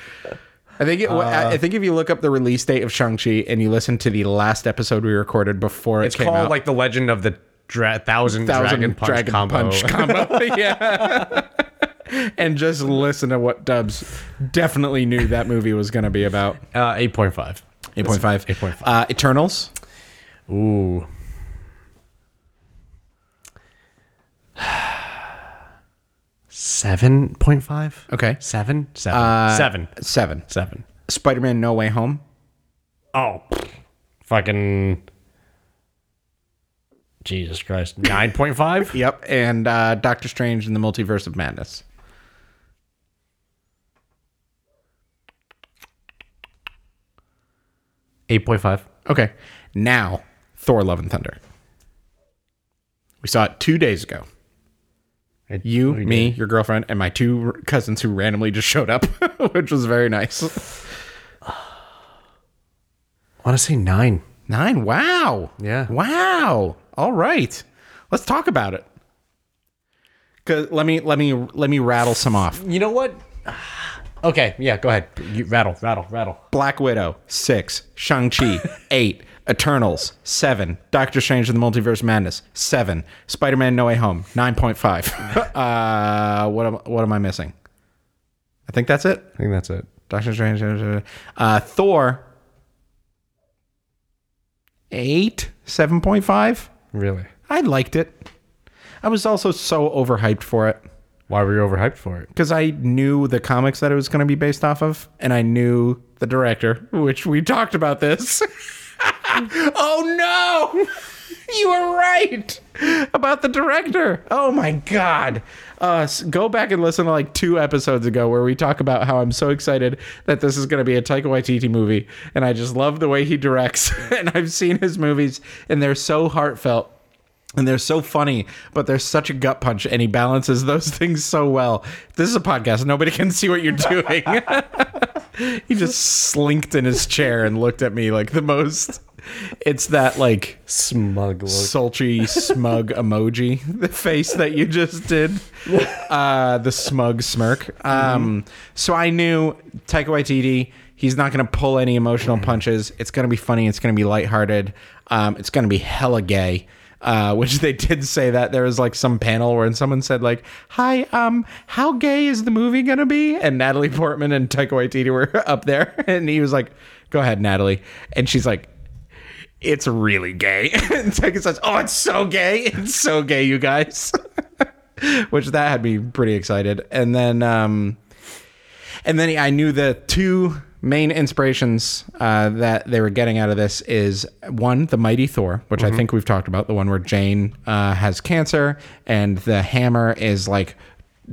A: I think it, I
B: Uh.
A: I think if you look up the release date of Shang-Chi and you listen to the last episode we recorded before it
B: it's
A: came
B: called
A: out.
B: like the legend of the dra- thousand, dragon punch combo.
A: combo. yeah. and just listen to what Dubs definitely knew that movie was going to be about.
B: Uh, eight point five.
A: 8.5.
B: 8.5.
A: Uh, Eternals.
B: Ooh. Seven point five.
A: Okay.
B: Seven. Seven. seven.
A: 7.
B: Uh, Seven.
A: Spider Man No Way Home.
B: Oh, fucking. Jesus Christ. Nine point five.
A: Yep. And uh, Doctor Strange in the Multiverse of Madness.
B: Eight point five.
A: Okay. Now, Thor Love and Thunder. We saw it two days ago. You, me, your girlfriend, and my two r- cousins who randomly just showed up, which was very nice.
B: I want to say nine.
A: Nine. Wow.
B: Yeah.
A: Wow. All right. Let's talk about it. Cause let me let me let me rattle some off.
B: You know what? Okay, yeah, go ahead. You, rattle, rattle, rattle.
A: Black Widow, six. Shang Chi, eight. Eternals, seven. Doctor Strange and the Multiverse of Madness, seven. Spider Man No Way Home, nine point five. uh, what am what am I missing? I think that's it.
B: I think that's it.
A: Doctor Strange. Uh, Thor. Eight, seven point five.
B: Really?
A: I liked it. I was also so overhyped for it
B: Why were you overhyped for it?
A: because I knew the comics that it was going to be based off of, and I knew the director, which we talked about this. oh no! You were right about the director. Oh my god! Uh, s- go back and listen to like two episodes ago where we talk about how I'm so excited that this is going to be a Taika Waititi movie, and I just love the way he directs. and I've seen his movies, and they're so heartfelt and they're so funny, but they're such a gut punch, and he balances those things so well. This is a podcast; nobody can see what you're doing. he just slinked in his chair and looked at me like the most. It's that like
B: Smug look.
A: sultry, smug emoji, the face that you just did, uh, the smug smirk. Um, so I knew Taika Waititi. He's not going to pull any emotional punches. It's going to be funny. It's going to be lighthearted. Um, it's going to be hella gay. Uh, which they did say that there was like some panel where someone said like, "Hi, um, how gay is the movie gonna be?" And Natalie Portman and Taika Waititi were up there, and he was like, "Go ahead, Natalie," and she's like, it's really gay. and Tekken says, Oh, it's so gay. It's so gay, you guys. Which that had me pretty excited. And then um and then I knew the two main inspirations uh, that they were getting out of this is one, the Mighty Thor, which I think we've talked about, the one where Jane uh, has cancer and the hammer is like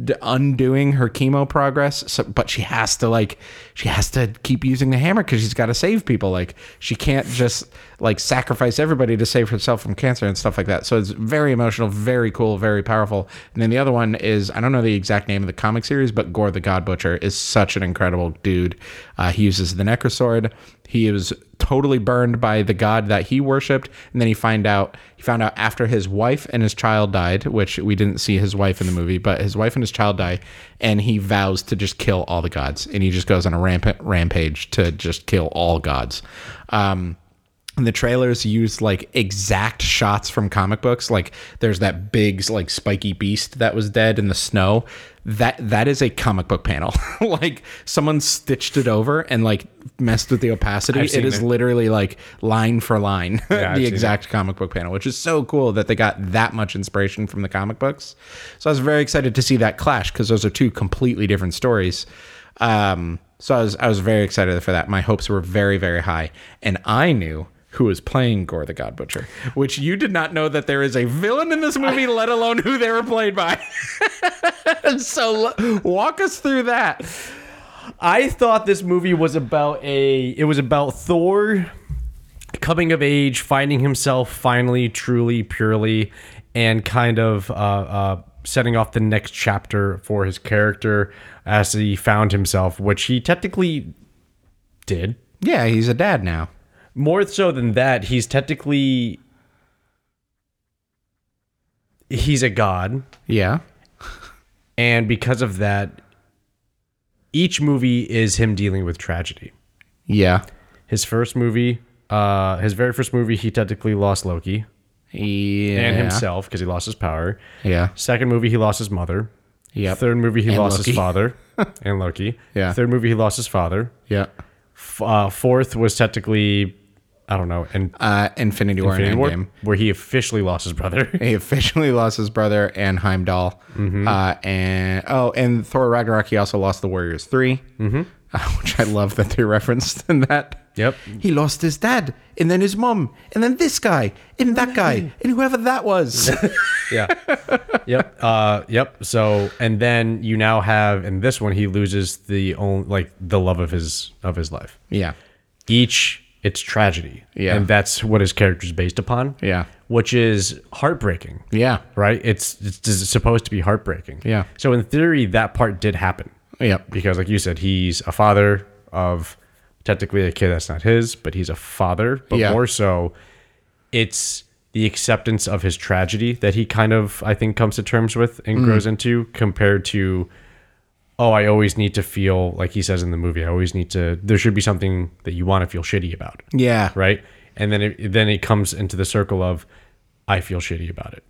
A: d- undoing her chemo progress. So, but she has to like, she has to keep using the hammer because she's got to save people. Like, she can't just like sacrifice everybody to save herself from cancer and stuff like that. So it's very emotional, very cool, very powerful. And then the other one is I don't know the exact name of the comic series, but Gore the God Butcher is such an incredible dude. Uh, he uses the Necrosword. He was totally burned by the god that he worshipped, and then he find out he found out after his wife and his child died, which we didn't see his wife in the movie, but his wife and his child die, and he vows to just kill all the gods, and he just goes on a rampant rampage to just kill all gods. Um, and the trailers used like exact shots from comic books like there's that big like spiky beast that was dead in the snow that that is a comic book panel like someone stitched it over and like messed with the opacity it
B: seen
A: is
B: it.
A: literally like line for line
B: I've
A: the
B: seen it.
A: exact comic book panel which is so cool that they got that much inspiration from the comic books so i was very excited to see that clash because those are two completely different stories um, so I was I was very excited for that. My hopes were very very high, and I knew who was playing Gore the God Butcher, which you did not know that there is a villain in this movie, let alone who they were played by. so l- walk us through that.
B: I thought this movie was about a. It was about Thor coming of age, finding himself finally, truly, purely, and kind of uh, uh, setting off the next chapter for his character as he found himself, which he technically did.
A: Yeah, he's a dad now.
B: More so than that, he's technically. He's a god.
A: Yeah,
B: And because of that, each movie is him dealing with tragedy.
A: yeah,
B: His first movie, uh, his very first movie, he technically lost Loki
A: yeah,
B: and himself because he lost his power.
A: Yeah,
B: Second movie, he lost his mother.
A: Yep.
B: Third movie, he lost
A: Loki.
B: his father and Loki.
A: Yeah.
B: Third movie, he lost his father.
A: yeah.
B: F- uh, fourth was technically, I don't know, and
A: Uh, Infinity War and Endgame.
B: where he officially lost his brother.
A: He officially lost his brother and Heimdall. Uh, and oh, and Thor Ragnarok, he also lost the Warriors 3, uh, which I love that they referenced in that.
B: Yep.
A: He lost his dad, and then his mom, and then this guy, and that guy, and whoever that was.
B: yeah. Yep. Uh, yep. So, and then you now have in this one he loses the only like the love of his of his life.
A: yeah.
B: Each it's tragedy.
A: Yeah.
B: And that's what his character is based upon.
A: Yeah.
B: Which is heartbreaking.
A: Yeah.
B: Right. It's, it's it's supposed to be heartbreaking.
A: Yeah.
B: So in theory, that part did happen
A: Yep.
B: because, like you said, he's a father of technically a kid that's not his, but he's a father. But
A: Yeah.
B: more so, it's the acceptance of his tragedy that he kind of I think comes to terms with and
A: Mm.
B: grows into compared to oh I always need to feel like he says in the movie I always need to there should be something that you want to feel shitty about
A: Yeah.
B: right and then it then it comes into the circle of I feel shitty about it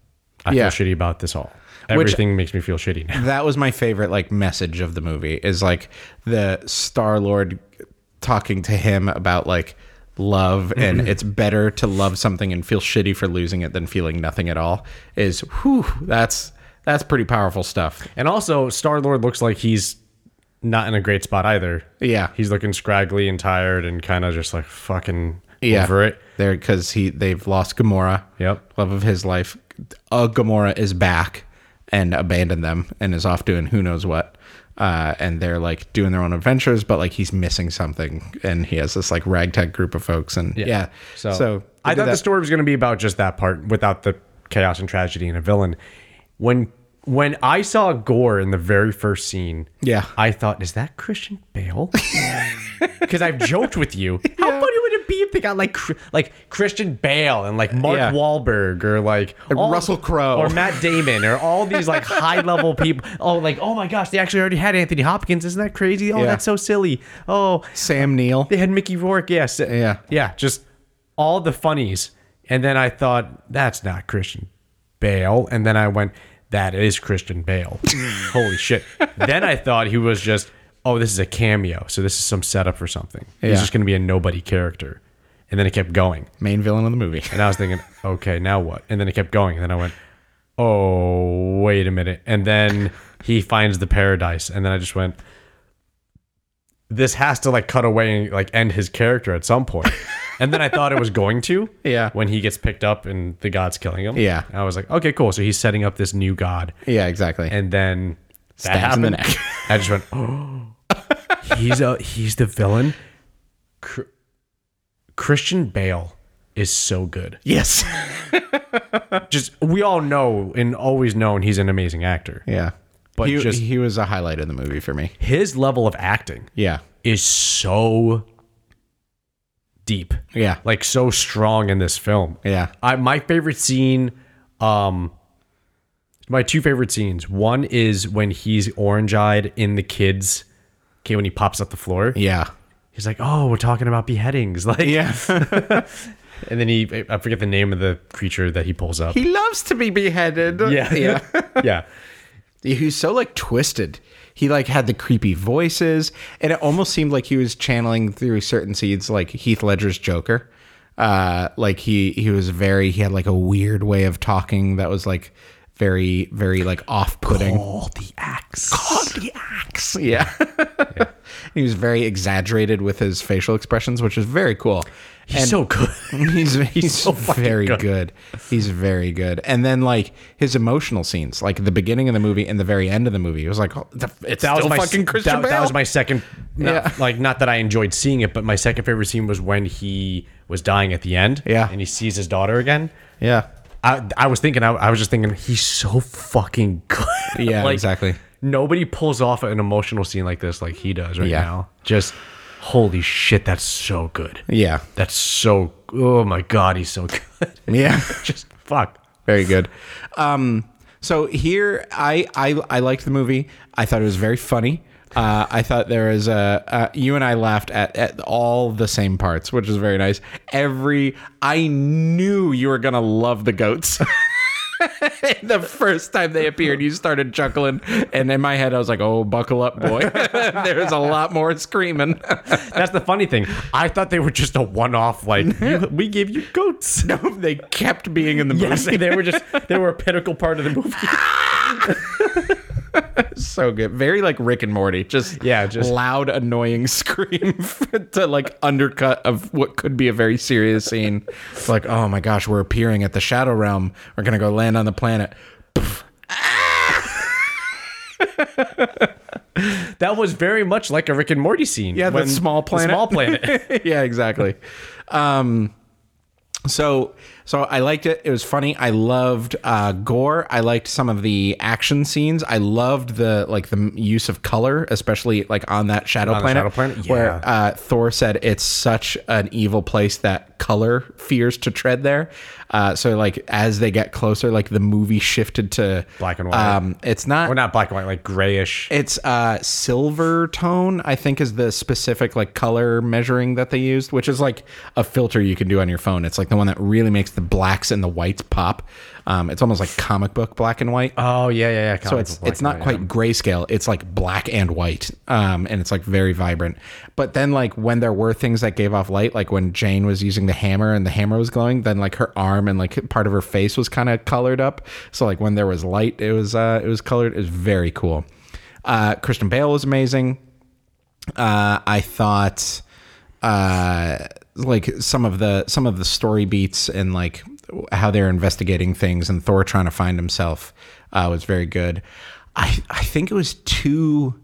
B: I
A: Yeah.
B: feel shitty about this all
A: Which-
B: everything makes me feel shitty now
A: that was my favorite like message of the movie is like the star lord talking to him about like love and it's better to love something and feel shitty for losing it than feeling nothing at all is whew that's that's pretty powerful stuff
B: and also Star Lord looks like he's not in a great spot either
A: yeah
B: he's looking scraggly and tired and kind of just like fucking
A: yeah
B: over it
A: there because he they've lost Gamora
B: Yep.
A: love of his life a Gamora is back and abandoned them and is off doing who knows what uh, and they're like doing their own adventures but like he's missing something and he has this like ragtag group of folks and yeah,
B: So,
A: so,
B: I
A: they did
B: thought the
A: that.
B: story was going to be about just that part without the chaos and tragedy and a villain. When when I saw Gore in the very first scene,
A: Yeah.
B: I thought, is that Christian Bale? Because I've joked with you. How funny would it be if they got like Cr- like Christian Bale and like Mark
A: Yeah.
B: Wahlberg or like
A: Russell Crowe.
B: or Matt Damon or all these like high level people? Oh, like oh my gosh, they actually already had Anthony Hopkins. Isn't that crazy? Oh,
A: Yeah.
B: that's so silly. Oh,
A: Sam Neill
B: they had Mickey Rourke, yes.
A: Yeah.
B: Yeah, just all the funnies. And then I thought, that's not Christian Bale. And then I went, that is Christian Bale. Holy shit. Then I thought he was just, oh, this is a cameo. So this is some setup for something.
A: Yeah.
B: He's just going to be a nobody character. And then it kept going.
A: main villain of the movie
B: And I was thinking, okay, now what? And then it kept going. And then I went, oh, wait a minute. And then he finds the paradise. And then I just went, this has to like cut away and like end his character at some point. And then I thought it was going to.
A: Yeah.
B: When he gets picked up and the god's killing him.
A: Yeah.
B: And I was like, okay, cool. So he's setting up this new god.
A: yeah exactly
B: And then that
A: Stabs in
B: happened.
A: the neck.
B: I just went, oh, he's a he's the villain. Cr- Christian Bale is so good
A: yes
B: just we all know and always known he's an amazing actor.
A: yeah
B: But
A: but he,
B: just-
A: he was a highlight of the movie for me
B: His level of acting
A: yeah
B: is so deep,
A: yeah
B: like so strong in this film.
A: yeah
B: I my favorite scene, um, my two favorite scenes. One is when he's orange eyed in the kids. Okay, when he pops up the floor,
A: yeah
B: he's like, "Oh, we're talking about beheadings." Like,
A: yeah
B: and then he, I forget the name of the creature that he pulls up.
A: he loves to be beheaded
B: yeah,
A: yeah
B: yeah.
A: he was so like twisted he like had the creepy voices and it almost seemed like he was channeling through certain seeds like heath ledger's joker uh like he he was very he had like a weird way of talking that was like very very like off-putting
B: All the acts.
A: Oh, the axe yeah, he was very exaggerated with his facial expressions which is very cool
B: He's so good.
A: he's he's
B: fucking
A: very
B: good.
A: good. He's very good. And then like his emotional scenes, like the beginning of the movie and the very end of the movie, it was like oh, the- it's
B: that was
A: still
B: my
A: fucking Christian
B: that, that
A: Bale.
B: was my second not,
A: Yeah.
B: like not that I enjoyed seeing it, but my second favorite scene was when he was dying at the end.
A: Yeah.
B: And he sees his daughter again.
A: yeah,
B: I, I was thinking I, I was just thinking he's so fucking good.
A: Yeah, exactly.
B: Nobody pulls off an emotional scene like this like he does right
A: Yeah.
B: now. Just holy shit, that's so good.
A: yeah,
B: That's so oh my god, he's so good.
A: yeah.
B: just fuck.
A: very good. Um, so here I, I I liked the movie. I thought it was very funny. Uh, I thought there was a uh, you and I laughed at, at all the same parts, which is very nice. Every I knew you were gonna love the goats. the first time they appeared, you started chuckling, and in my head, I was like, "Oh, buckle up, boy!" There's a lot more screaming.
B: That's the funny thing. I thought they were just a one off like you, we give you goats.
A: no, they kept being in the movie.
B: Yes, they were just they were a pinnacle part of the movie.
A: so good. Very like Rick and Morty. Just
B: Yeah, just-
A: loud, annoying scream to like undercut of what could be a very serious scene. It's like, oh my gosh, we're appearing at the Shadow Realm. We're gonna go land on the planet.
B: That was very much like a Rick and Morty scene.
A: Yeah, the
B: when-
A: small planet.
B: small planet.
A: yeah, exactly. Um, So so I liked it. It was funny. I loved uh, gore. I liked some of the action scenes. I loved the like the m- use of color, especially like on that shadow
B: the
A: planet.
B: shadow planet?
A: Where
B: Yeah.
A: uh, Thor said it's such an evil place that color fears to tread there. Uh, so like as they get closer, like the movie shifted to
B: Black and white.
A: Um, it's not
B: Or not black and white, like grayish.
A: it's uh silver tone, I think is the specific like color measuring that they used, which is like a filter you can do on your phone. It's like the one that really makes the blacks and the whites pop. Um, it's almost like comic book black and white.
B: Oh yeah, yeah, yeah.
A: so it's it's not quite grayscale. It's like black and white. Um, and it's like very vibrant. But then like when there were things that gave off light, like when Jane was using the hammer and the hammer was glowing, then like her arm and like part of her face was kind of colored up. So like when there was light, it was uh it was colored. It was very cool. Uh, Kristen Bale was amazing. Uh, I thought, uh, like some of the some of the story beats and like how they're investigating things and Thor trying to find himself uh, was very good. I I think it was too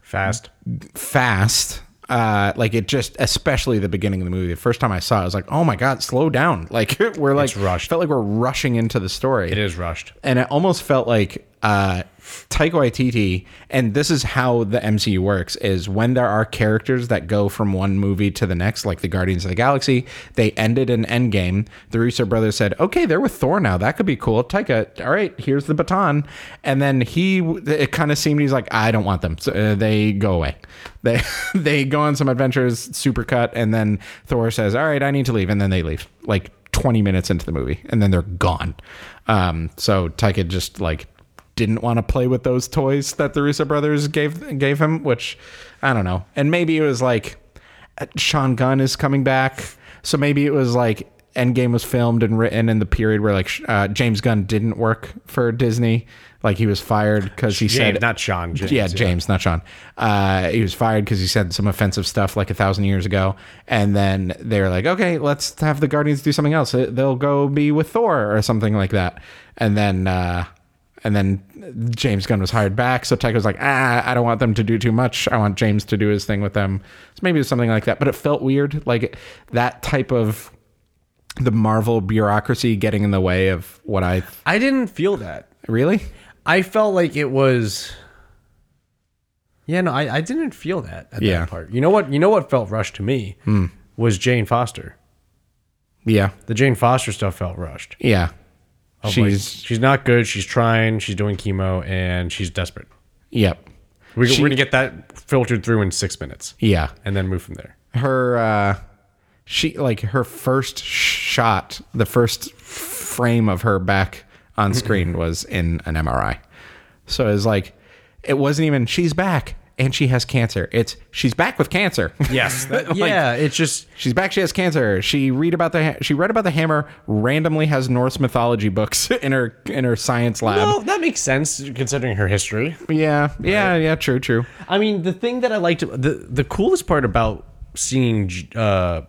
B: fast.
A: fast. Uh, like it just, especially the beginning of the movie. The first time I saw it, I was like, "Oh my god, slow down!" Like we're like
B: rushed.
A: Felt like we're rushing into the story
B: It is rushed.
A: and it almost felt like uh Taika Waititi, and this is how the MCU works: is when there are characters that go from one movie to the next, like the Guardians of the Galaxy. They ended in Endgame. The Russo brothers said, "Okay, they're with Thor now. That could be cool." Taika, all right, here's the baton, and then he, it kind of seemed he's like, "I don't want them." So uh, they go away. They they go on some adventures, supercut, and then Thor says, "All right, I need to leave," and then they leave. Like 20 minutes into the movie and then they're gone. Um, so Taika just like didn't want to play with those toys that the Russo brothers gave gave him, which I don't know. And maybe it was like uh, Sean Gunn is coming back, so maybe it was like Endgame was filmed and written in the period where like sh- uh, James Gunn didn't work for Disney, like he was fired because he
B: James,
A: said
B: not Sean. James,
A: yeah, James, not Sean. Uh, he was fired because he said some offensive stuff like a thousand years ago. And then they were like, okay, let's have the Guardians do something else. Uh, They'll go be with Thor or something like that. And then, uh, and then James Gunn was hired back. So Taika was like, ah, I don't want them to do too much. I want James to do his thing with them. So maybe it was something like that. But it felt weird. Like that type of the Marvel bureaucracy getting in the way of what I
B: I didn't feel that.
A: really.
B: I felt like it was. Yeah, no, I, I didn't feel that at
A: Yeah. Hmm.
B: that part. You know what? You know what felt rushed to me was Jane Foster.
A: Yeah.
B: The Jane Foster stuff felt rushed.
A: Yeah.
B: Of, like,
A: She's
B: she's not good. She's trying. She's doing chemo, and she's desperate.
A: Yep.
B: We, we're gonna get that filtered through in six minutes,
A: Yeah.
B: and then move from there.
A: Her uh she like her first shot, the first frame of her back on screen was in an MRI. So it was like it wasn't even she's back and she has cancer. It's she's back with cancer.
B: Yes.
A: Like,
B: yeah. It's just
A: She's back. She has cancer. She read about the ha- she read about the hammer. Randomly has Norse mythology books in her in her science lab.
B: Well, that makes sense considering her history.
A: Yeah, yeah, yeah. True, true.
B: I mean, the thing that I liked the the coolest part about seeing uh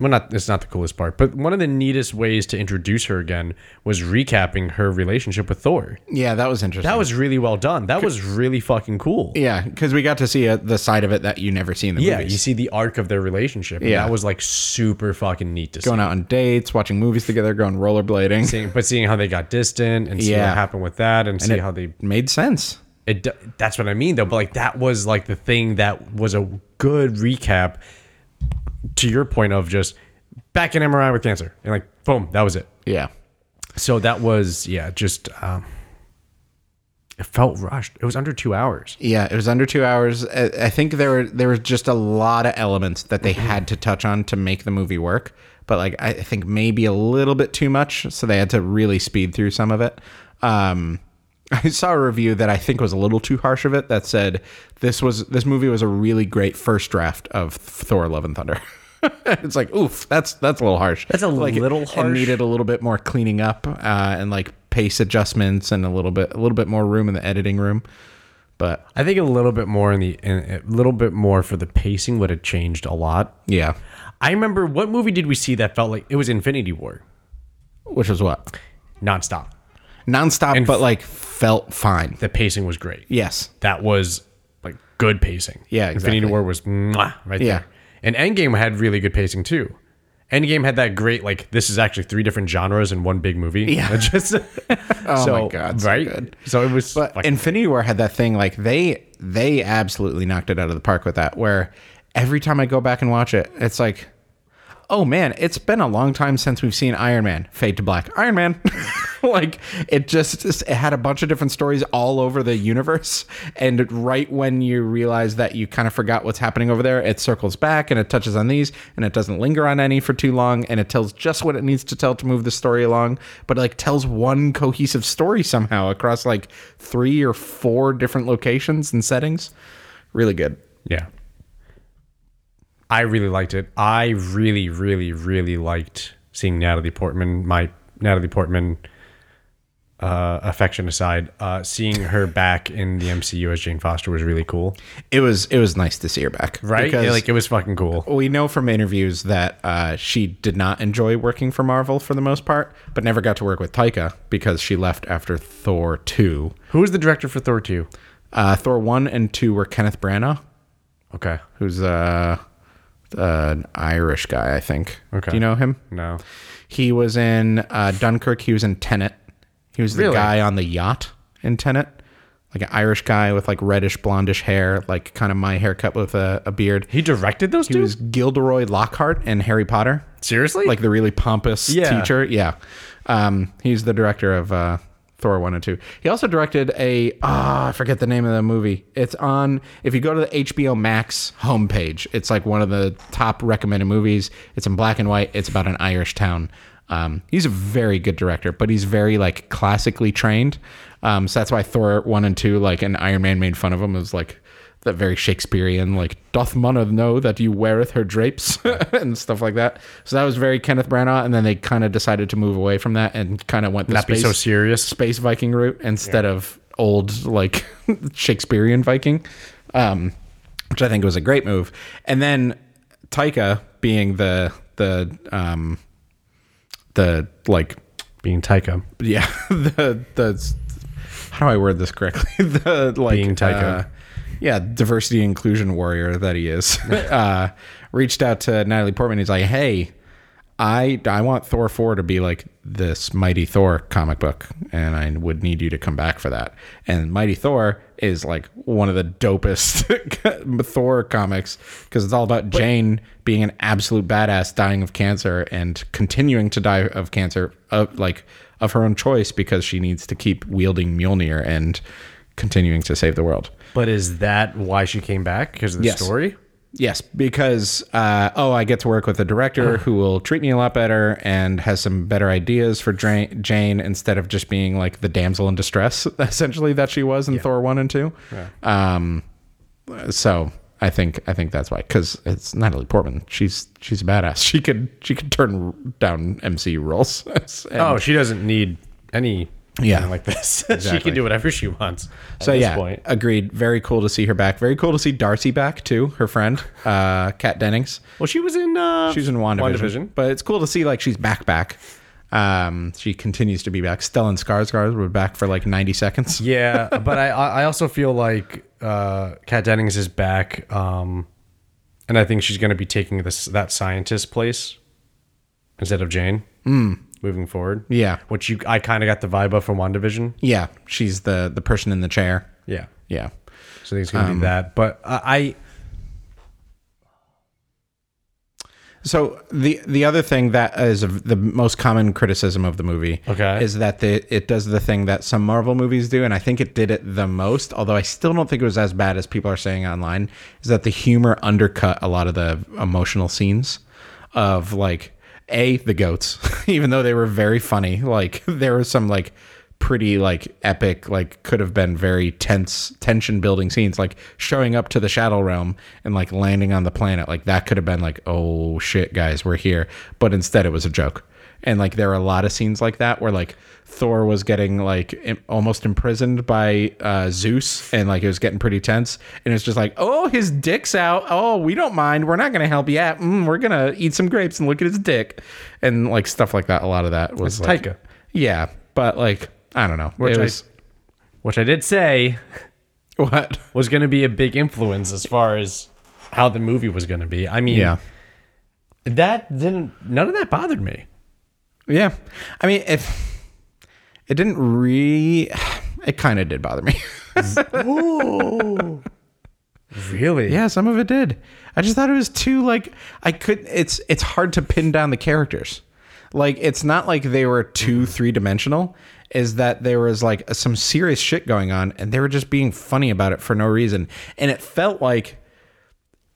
B: well not it's not the coolest part, but one of the neatest ways to introduce her again was recapping her relationship with Thor.
A: Yeah, that was interesting.
B: That was really well done. That was really fucking cool.
A: yeah, because we got to see uh the side of it that you never see in the
B: Yeah,
A: movies.
B: you see the arc of their relationship. and
A: Yeah.
B: That was like super fucking neat to see.
A: going out on dates, watching movies together, going rollerblading.
B: Seeing- But seeing how they got distant and see
A: Yeah.
B: what happened with that and, see how they
A: Made sense.
B: it do- that's what I mean though. But like that was like the thing that was a good recap to your point of just back in MRI with cancer and like boom, that was it.
A: Yeah.
B: So that was yeah, just um, it felt rushed. It was under two hours.
A: Yeah, it was under two hours. I I think there were there was just a lot of elements that
B: Mm-hmm.
A: they had to touch on to make the movie work, but like I think maybe a little bit too much, so they had to really speed through some of it. Um, I saw a review that I think was a little too harsh of it that said this was this movie was a really great first draft of Thor: Love and Thunder. it's like oof, that's that's a little harsh.
B: That's a
A: like,
B: little
A: it
B: harsh.
A: needed a little bit more cleaning up uh, and like pace adjustments and a little bit a little bit more room in the editing room, but.
B: I think a little bit more in the in, a little bit more for the pacing would have changed a lot.
A: Yeah.
B: I remember what movie did we see that felt like it was Infinity War
A: Which was what?
B: nonstop.
A: Nonstop, but like felt fine.
B: The pacing was great.
A: Yes.
B: that was like good pacing.
A: Yeah, exactly.
B: Infinity War was mwah, right
A: Yeah.
B: there. And Endgame had really good pacing too. Endgame had that great like this is actually three different genres in one big movie. Yeah, just oh
A: my God, so
B: right?
A: good.
B: So it was
A: But
B: like,
A: Infinity War had that thing like they they absolutely knocked it out of the park with that. Where every time I go back and watch it, it's like, oh man, it's been a long time since we've seen Iron Man fade to black. Iron Man, like it just it had a bunch of different stories all over the universe. And right when you realize that you kind of forgot what's happening over there, it circles back and it touches on these and it doesn't linger on any for too long and it tells just what it needs to tell to move the story along, but like tells one cohesive story somehow across like three or four different locations and settings. Really good.
B: yeah. I really liked it. I really, really, really liked seeing Natalie Portman. My Natalie Portman uh, affection aside, uh, seeing her back in the MCU as Jane Foster was really cool.
A: It was it was nice to see her back.
B: Right?
A: Because
B: Yeah, like it was fucking cool.
A: we know from interviews that uh, she did not enjoy working for Marvel for the most part, but never got to work with Taika because she left after Thor 2.
B: Who was the director for Thor two?
A: Uh, Thor 1 and 2 were Kenneth Branagh,
B: Okay.
A: who's uh, an Irish guy, I think.
B: Okay.
A: Do you know him?
B: No.
A: He was in uh, Dunkirk. He was in Tenet. He was the
B: Really?
A: guy on the yacht in Tenet, like an Irish guy with like reddish blondish hair, like kind of my haircut with a, a beard.
B: He directed those
A: He
B: two?
A: was Gilderoy Lockhart in Harry Potter.
B: Seriously?
A: like the really pompous
B: Yeah.
A: teacher. Yeah. Um, he's the director of uh, Thor 1 and 2. He also directed a, ah, I forget the name of the movie. It's on, if you go to the HBO Max homepage, it's like one of the top recommended movies. It's in black and white, it's about an Irish town. Um, he's a very good director, but he's very like classically trained. Um, so that's why Thor 1 and 2, like, and Iron Man made fun of him. It was like, that very Shakespearean, like "Doth Munna know that you weareth her drapes" and stuff like that. So that was very Kenneth Branagh, and then they kind of decided to move away from that and kind of went the
B: Not be
A: space,
B: so serious.
A: space Viking route instead of old like Shakespearean Viking, um, which I think was a great move. And then Taika being the the um, the like
B: Being Taika.
A: yeah the the how do I word this correctly the like
B: Being
A: uh,
B: Taika.
A: yeah diversity and inclusion warrior that he is uh, reached out to Natalie Portman he's like hey I I want Thor four to be like this Mighty Thor comic book and I would need you to come back for that and Mighty Thor is like one of the dopest Thor comics because it's all about Jane being an absolute badass dying of cancer and continuing to die of cancer of like of her own choice because she needs to keep wielding Mjolnir and continuing to save the world.
B: But is that why she came back? Because of the
A: Yes.
B: story?
A: Yes, because uh, oh, I get to work with a director
B: Uh-huh.
A: who will treat me a lot better and has some better ideas for Dra- Jane instead of just being like the damsel in distress, essentially that she was in Thor one and two. Um, so I think I think that's why because it's Natalie Portman. She's she's a badass. She could she could turn down MCU roles. And-
B: Oh, she doesn't need any
A: Yeah.
B: like this. she
A: Exactly.
B: can do whatever she wants. At
A: So
B: this
A: yeah,
B: point.
A: agreed. Very cool to see her back. Very cool to see Darcy back too. Her friend, uh, Kat Dennings.
B: Well, she was in uh
A: She was in WandaVision, But it's cool to see like she's back back. Um, she continues to be back. Stellan Skarsgård were back for like 90 seconds.
B: yeah, but I I I also feel like uh Kat Dennings is back um and I think she's going to be taking this that scientist place instead of Jane. Moving forward.
A: Yeah.
B: Which you I kind of got the vibe of from WandaVision.
A: Yeah, she's the the person in the chair.
B: Yeah.
A: Yeah.
B: So I think it's going to be that. But I,
A: So the the other thing that is of the most common criticism of the movie
B: Okay.
A: is that the, it does the thing that some Marvel movies do, and I think it did it the most. Although I still don't think it was as bad as people are saying online. Is that the humor undercut a lot of the emotional scenes of like a the goats, even though they were very funny. Like there was some like pretty like epic like could have been very tense tension building scenes like showing up to the shadow realm and like landing on the planet like that could have been like oh shit guys we're here but instead it was a joke and like there are a lot of scenes like that where like thor was getting like im- almost imprisoned by uh zeus and like it was getting pretty tense and it's just like oh his dick's out oh we don't mind we're not gonna help you out mm, we're gonna eat some grapes and look at his dick and like stuff like that a lot of that was
B: That's
A: like
B: Taika.
A: yeah but like i don't know
B: which
A: it
B: I,
A: was
B: which I did say
A: what
B: was going to be a big influence as far as how the movie was going to be. I mean,
A: yeah
B: That didn't. None of that bothered me.
A: Yeah. I mean, if it didn't re, it kind of did bother me.
B: Really?
A: yeah, some of it did. I just thought it was too like I could. It's it's hard to pin down the characters. Like it's not like they were too three dimensional. Is that there was like some serious shit going on, and they were just being funny about it for no reason, and it felt like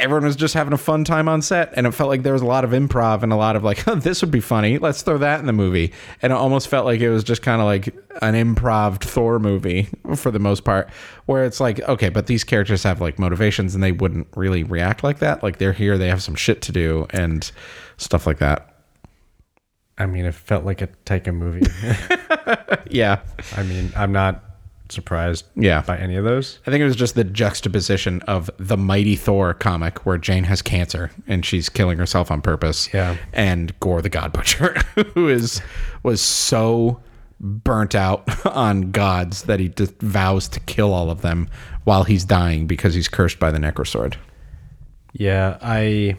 A: everyone was just having a fun time on set and it felt like there was a lot of improv and a lot of like oh, this would be funny let's throw that in the movie and it almost felt like it was just kind of like an improv thor movie for the most part where it's like okay but these characters have like motivations and they wouldn't really react like that like they're here they have some shit to do and stuff like that
B: I mean, it felt like a Taika movie.
A: yeah
B: I mean, I'm not surprised.
A: Yeah.
B: By any of those.
A: i think it was just the juxtaposition of the mighty thor comic where jane has cancer and she's killing herself on purpose
B: Yeah.
A: and Gore the God Butcher, who is was so burnt out on gods that he just vows to kill all of them while he's dying because he's cursed by the Necrosword.
B: Yeah, I.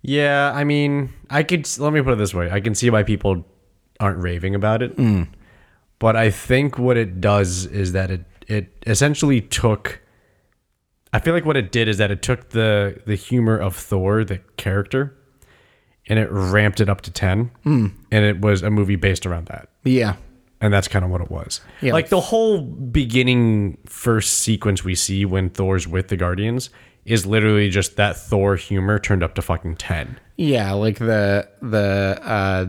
B: Yeah, I mean, I could. Let me put it this way: I can see why people aren't raving about it, but I think what it does is that it it essentially took. I feel like what it did is that it took the the humor of Thor, the character, and it ramped it up to ten, and it was a movie based around that
A: Yeah.
B: and that's kind of what it was.
A: Yeah,
B: like
A: like-
B: the whole beginning first sequence we see when Thor's with the Guardians is literally just that Thor humor turned up to fucking 10.
A: Yeah, like the the uh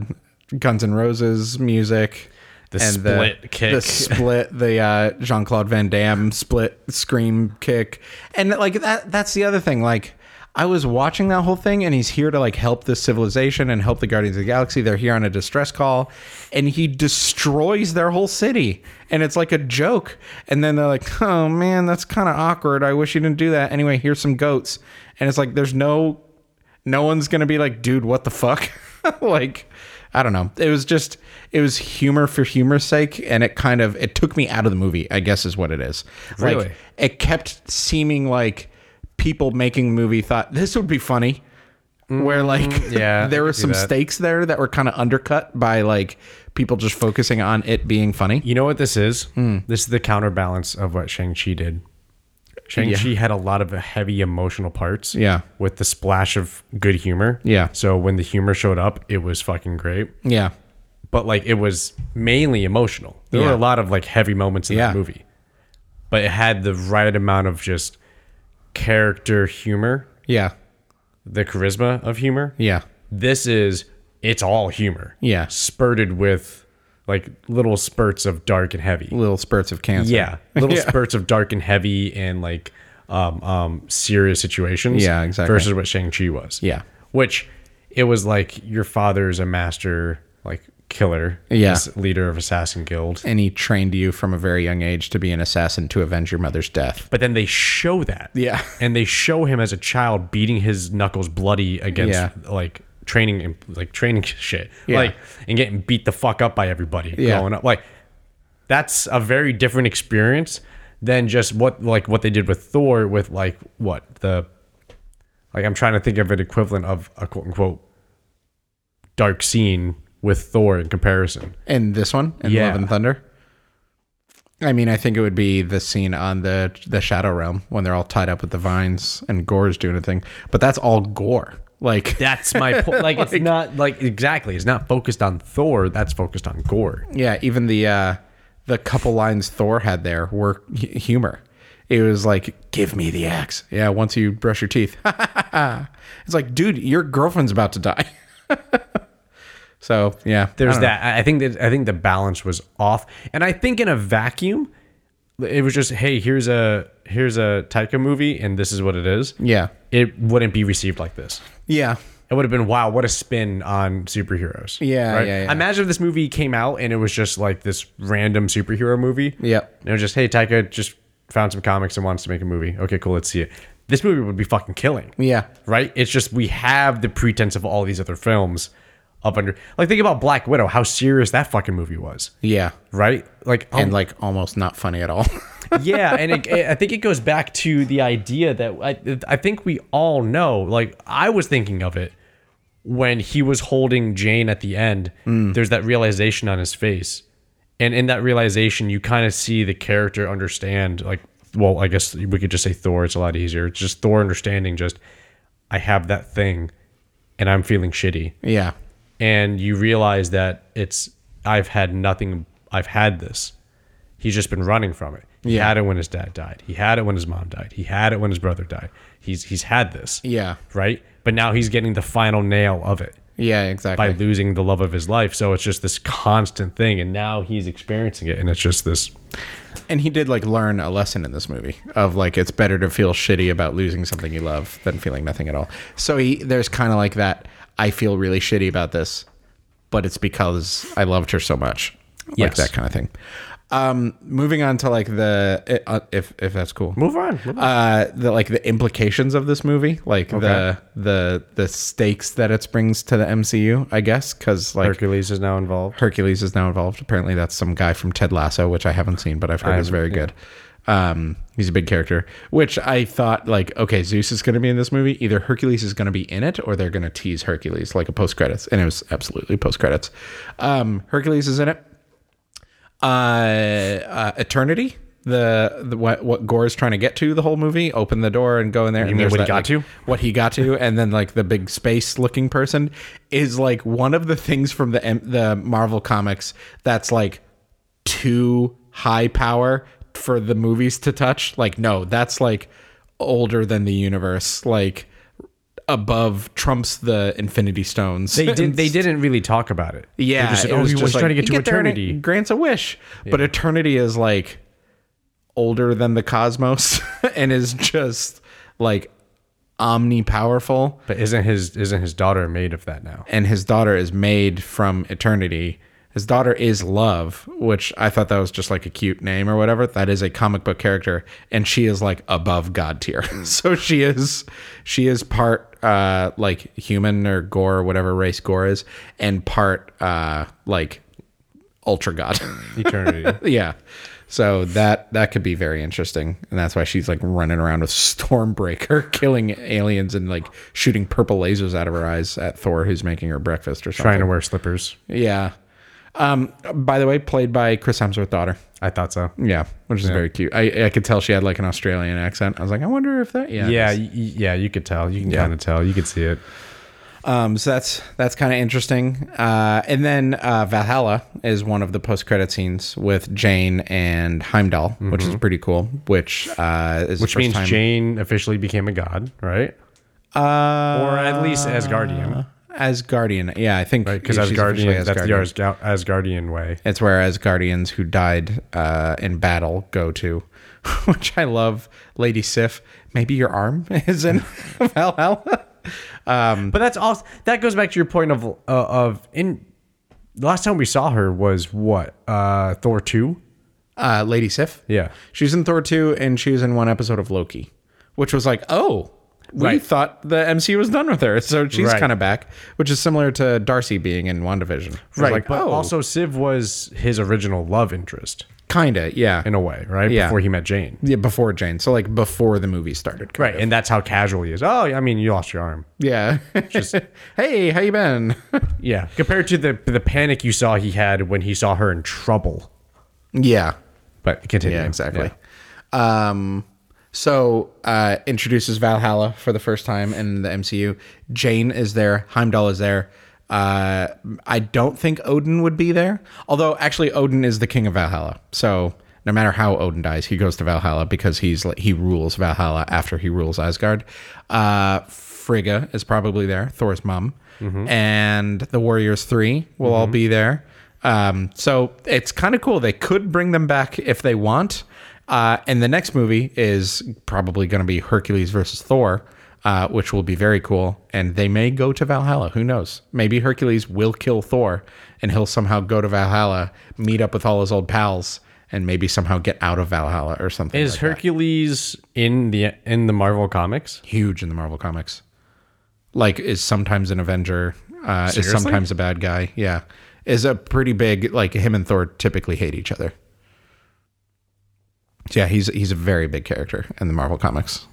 A: Guns N' Roses music.
B: The split kick.
A: The split, the uh, Jean Claude Van Damme split scream kick. And like that that's the other thing. Like I was watching that whole thing and he's here to like help this civilization and help the Guardians of the Galaxy. They're here on a distress call and he destroys their whole city. And it's like a joke. And then they're like, oh man, that's kind of awkward. I wish you didn't do that. Anyway, here's some goats. And it's like, there's no no one's gonna be like, dude, what the fuck? like, I don't know. It was just it was humor for humor's sake, and it kind of it took me out of the movie. I guess is what it is.
B: Really?
A: Like, it kept seeming like people making the movie thought this would be funny. Where like
B: Mm, yeah, I
A: there were
B: could see
A: some
B: that.
A: stakes there that were kind of undercut by like people just focusing on it being funny.
B: You know what this is?
A: Hmm.
B: This is the counterbalance of what Shang-Chi did. Shang-Chi had a lot of heavy emotional parts.
A: Yeah.
B: With the splash of good humor.
A: Yeah.
B: So when the humor showed up, it was fucking great.
A: Yeah.
B: but like it was mainly emotional. There were
A: Yeah.
B: a lot of like heavy moments in
A: Yeah.
B: that movie, but it had the right amount of just character humor,
A: Yeah.
B: the charisma of humor.
A: Yeah.
B: This is it's all humor.
A: Yeah.
B: spurted with like little spurts of dark and heavy.
A: Little spurts of cancer.
B: Yeah, little
A: Yeah.
B: spurts of dark and heavy and like um, um, serious situations.
A: Yeah, exactly.
B: Versus what Shang Chi was.
A: Yeah.
B: which it was like your father's a master like killer.
A: Yeah.
B: ass- leader of assassin guild.
A: And he trained you from a very young age to be an assassin to avenge your mother's death.
B: But then they show that.
A: Yeah.
B: and they show him as a child beating his knuckles bloody against
A: Yeah.
B: like training like training shit
A: Yeah.
B: like and getting beat the fuck up by everybody
A: Yeah.
B: growing up like that's a very different experience than just what like what they did with thor with like what the like i'm trying to think of an equivalent of a quote unquote dark scene with thor in comparison
A: In this one, in
B: Yeah.
A: Love and Thunder. I mean, I think it would be the scene on the the Shadow Realm when they're all tied up with the vines and Gore's doing a thing, but that's all Gore. Like,
B: that's my point like it's not like exactly it's not focused on thor that's focused on gore
A: yeah, even the uh, the couple lines Thor had there were hu- humor. It was like, "Give me the axe." Yeah, once you brush your teeth, it's like, dude, your girlfriend's about to die. so yeah,
B: there's that. I I think that I think the balance was off, and I think in a vacuum, it was just hey, here's a here's a Taika movie, and this is what it is.
A: yeah,
B: It wouldn't be received like this.
A: yeah,
B: It would have been wow, what a spin on superheroes.
A: Yeah, yeah, yeah.
B: Imagine if this movie came out and it was just like this random superhero movie.
A: Yep.
B: And it was just hey, Taika just found some comics and wants to make a movie. Okay, cool, let's see it. This movie would be fucking killing
A: yeah.
B: right? It's just we have the pretense of all these other films up under. Like think about Black Widow, how serious that fucking movie was,
A: Yeah.
B: right? Like oh
A: And like almost not funny at all.
B: yeah, and it, I think it goes back to the idea that I, I think we all know. Like I was thinking of it when he was holding Jane at the end. There's that realization on his face, and in that realization, you kind of see the character understand. Like, well, I guess we could just say Thor. It's a lot easier. It's just Thor understanding. Just I have that thing, and I'm feeling shitty
A: yeah.
B: and you realize that it's I've had nothing. I've had this. He's just been running from it. He
A: Yeah.
B: had it when his dad died. He had it when his mom died. He had it when his brother died. He's he's had this.
A: Yeah.
B: Right. But now he's getting the final nail of it
A: Yeah,
B: by
A: exactly.
B: losing the love of his life. So it's just this constant thing, and now he's experiencing it, and it's just this.
A: and he did like learn a lesson in this movie of like it's better to feel shitty about losing something you love than feeling nothing at all. So he there's kind of like that I feel really shitty about this, but it's because I loved her so much.
B: Yes.
A: Like that kind of thing. Um moving on to like the uh, if if that's cool.
B: Move on. Move on.
A: uh the like the implications of this movie like the the the stakes that it brings to the MCU I guess cuz like
B: Hercules is now involved.
A: Hercules is now involved apparently that's some guy from Ted Lasso which I haven't seen but I've heard is very good um he's a big character which I thought like okay Zeus is going to be in this movie either Hercules is going to be in it or they're going to tease Hercules like a post credits and it was absolutely post credits um Hercules is in it uh, uh Eternity the, the what what Gore's trying to get to the whole movie open the door and go in there you and
B: mean
A: there's
B: what he
A: that,
B: got
A: like,
B: to?
A: what he got to and then like the big space looking person is like one of the things from the M- the Marvel comics that's like too high power for the movies to touch like no that's like older than the universe like above trumps the infinity stones
B: They did. They didn't really talk about it. They
A: yeah,
B: just said,
A: it
B: oh,
A: was
B: he was
A: just like,
B: trying to get to
A: "You there and it
B: eternity.
A: grants a wish, but eternity is like older than the cosmos and is just like omnipowerful.
B: But isn't his isn't his daughter made of that now?
A: And his daughter is made from eternity. His daughter is love, which I thought that was just like a cute name or whatever. That is a comic book character, and she is like above god tier. so she is, she is part uh like human or gore or whatever race gore is, and part uh like ultra god.
B: Eternity.
A: yeah. So that that could be very interesting, and that's why she's like running around with Stormbreaker, killing aliens and like shooting purple lasers out of her eyes at Thor, who's making her breakfast or something.
B: trying to wear slippers.
A: Yeah. Um. By the way, played by Chris Hemsworth's daughter.
B: I thought so.
A: Yeah, which is very cute. I I could tell she had like an Australian accent. I was like, I wonder if that. Yeah.
B: Yeah, y- y- yeah, you could tell. You can kind of tell. You could see it.
A: Um, so that's that's kind of interesting. Uh, and then uh, Valhalla is one of the post credit scenes with Jane and Heimdall, which is pretty cool. Which uh, is
B: Mm-hmm. Which means Jane officially became a god, right?
A: uh,
B: Or at least Asgardian,
A: Asgardian. Yeah, I think
B: because
A: she's officially
B: Asgardian, that's the Asga- Asgardian way.
A: It's where Asgardians who died uh, in battle go to, which I love. Lady Sif, maybe your arm is in Valhalla.
B: But that's also that goes back to your point of uh, of in the last time we saw her was what uh, Thor two.
A: Uh, Lady Sif.
B: Yeah,
A: She's in Thor 2 and she was in one episode of Loki, which was like, oh, we
B: Right.
A: thought the MCU was done with her. So she's
B: Right.
A: kind of back, which is similar to Darcy being in WandaVision. It was
B: right.
A: Like,
B: but
A: oh,
B: also Siv was his original love interest
A: kind of, yeah.
B: in a way, right?
A: Yeah.
B: Before he met Jane.
A: yeah. Before Jane. So, like, before the movie started. kind
B: Right, and that's how casual he is. Oh, I mean, you lost your arm.
A: of. Yeah. hey, how you been?
B: Yeah, compared to the the panic you saw he had when he saw her in trouble.
A: yeah.
B: But continue.
A: Yeah, exactly. Um, so uh, introduces Valhalla for the first time in the MCU. Jane is there. Heimdall is there. Uh, I don't think Odin would be there. Although actually, Odin is the king of Valhalla. So no matter how Odin dies, he goes to Valhalla because he's like- he rules Valhalla after he rules Asgard. Uh, Frigga is probably there. Thor's mom and the Warriors Three will all be there. Um, so it's kind of cool. They could bring them back if they want. Uh, and the next movie is probably going to be Hercules versus Thor, uh, which will be very cool. And they may go to Valhalla. Who knows? Maybe Hercules will kill Thor and he'll somehow go to Valhalla, meet up with all his old pals, and maybe somehow get out of Valhalla or something.
B: Is
A: like
B: Hercules in the in the Marvel comics?
A: huge in the Marvel comics. Like, is sometimes an Avenger. uh, is
B: Seriously?
A: sometimes a bad guy. Yeah, is a pretty big like him and Thor typically hate each other. So yeah, he's he's a very big character in the Marvel comics.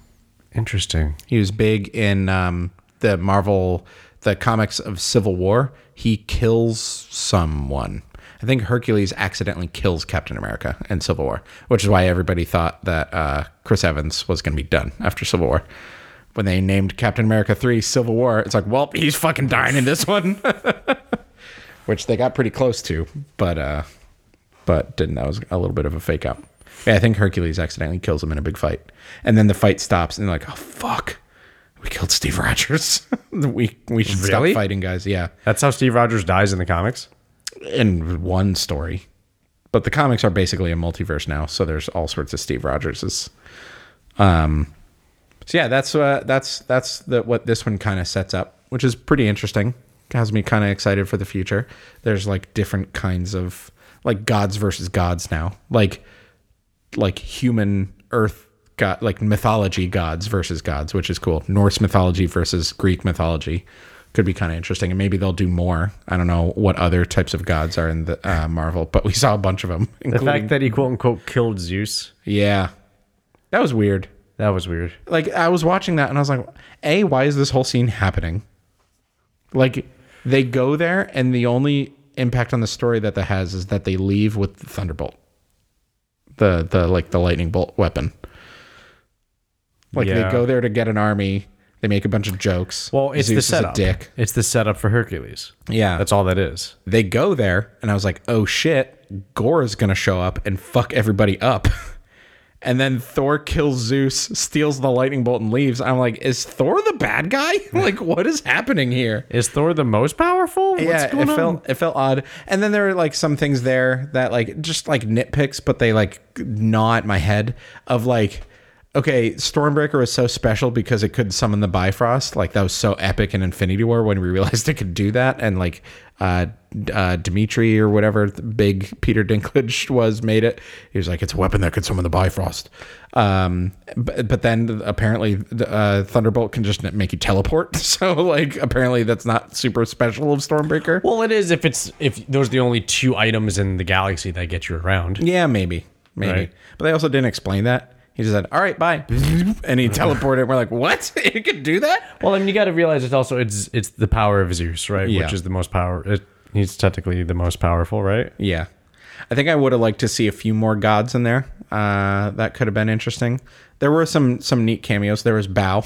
B: Interesting.
A: He was big in um, the Marvel, the comics of Civil War. He kills someone. I think Hercules accidentally kills Captain America in Civil War, which is why everybody thought that uh, Chris Evans was going to be done after Civil War. When they named Captain America 3 Civil War, it's like, well, he's fucking dying in this one. which they got pretty close to, but uh, but didn't. That was a little bit of a fake out. Yeah, I think Hercules accidentally kills him in a big fight, and then the fight stops, and they're like, "Oh fuck, we killed Steve Rogers. we we should
B: Really?
A: stop fighting, guys." Yeah,
B: That's how Steve Rogers dies in the comics.
A: in one story, but the comics are basically a multiverse now, so there's all sorts of Steve Rogerses. Um, so yeah, that's uh, that's that's the, what this one kind of sets up, which is pretty interesting. Has me kind of excited for the future. There's like different kinds of like gods versus gods now, like like human Earth god, like mythology gods versus gods, which is cool. Norse mythology versus Greek mythology could be kind of interesting, and maybe they'll do more. I don't know what other types of gods are in the uh, Marvel, but we saw a bunch of them,
B: The
A: including
B: fact that he quote unquote killed Zeus,
A: yeah, that was weird.
B: that was weird.
A: like I was watching that and I was like, A, why is this whole scene happening? Like they go there and the only impact on the story that that has is that they leave with the thunderbolt. The the like the lightning bolt weapon. Like
B: Yeah.
A: they go there to get an army, they make a bunch of jokes.
B: Well, it's the
A: Zeus is a
B: setup.
A: dick.
B: It's the setup for Hercules.
A: Yeah.
B: That's all that is.
A: they go there and i was like oh shit gora's gonna show up and fuck everybody up and then thor kills zeus steals the lightning bolt and leaves i'm like is thor the bad guy like what is happening here
B: Is Thor the most powerful?
A: yeah it felt it felt odd and then there were like some things there that like just like nitpicks but they like gnaw at my head of like okay stormbreaker was so special because it could summon the bifrost like that was so epic in infinity war when we realized it could do that and like uh, uh dimitri or whatever the big peter dinklage was made it he was like it's a weapon that could summon the bifrost um but, but then apparently the, uh thunderbolt can just make you teleport so like apparently that's not super special of stormbreaker
B: Well, it is if it's if those are the only two items in the galaxy that get you around.
A: Yeah, maybe. Maybe.
B: Right.
A: But they also didn't explain that. He just said, All right, bye. And he teleported. We're like, What? It could do that?
B: Well, and you got to realize it's also it's it's the power of Zeus, right?
A: Yeah.
B: Which is the most power. It, he's technically the most powerful, right?
A: Yeah. I think I would have liked to see a few more gods in there. Uh, that could have been interesting. There were some some neat cameos. There was Bao,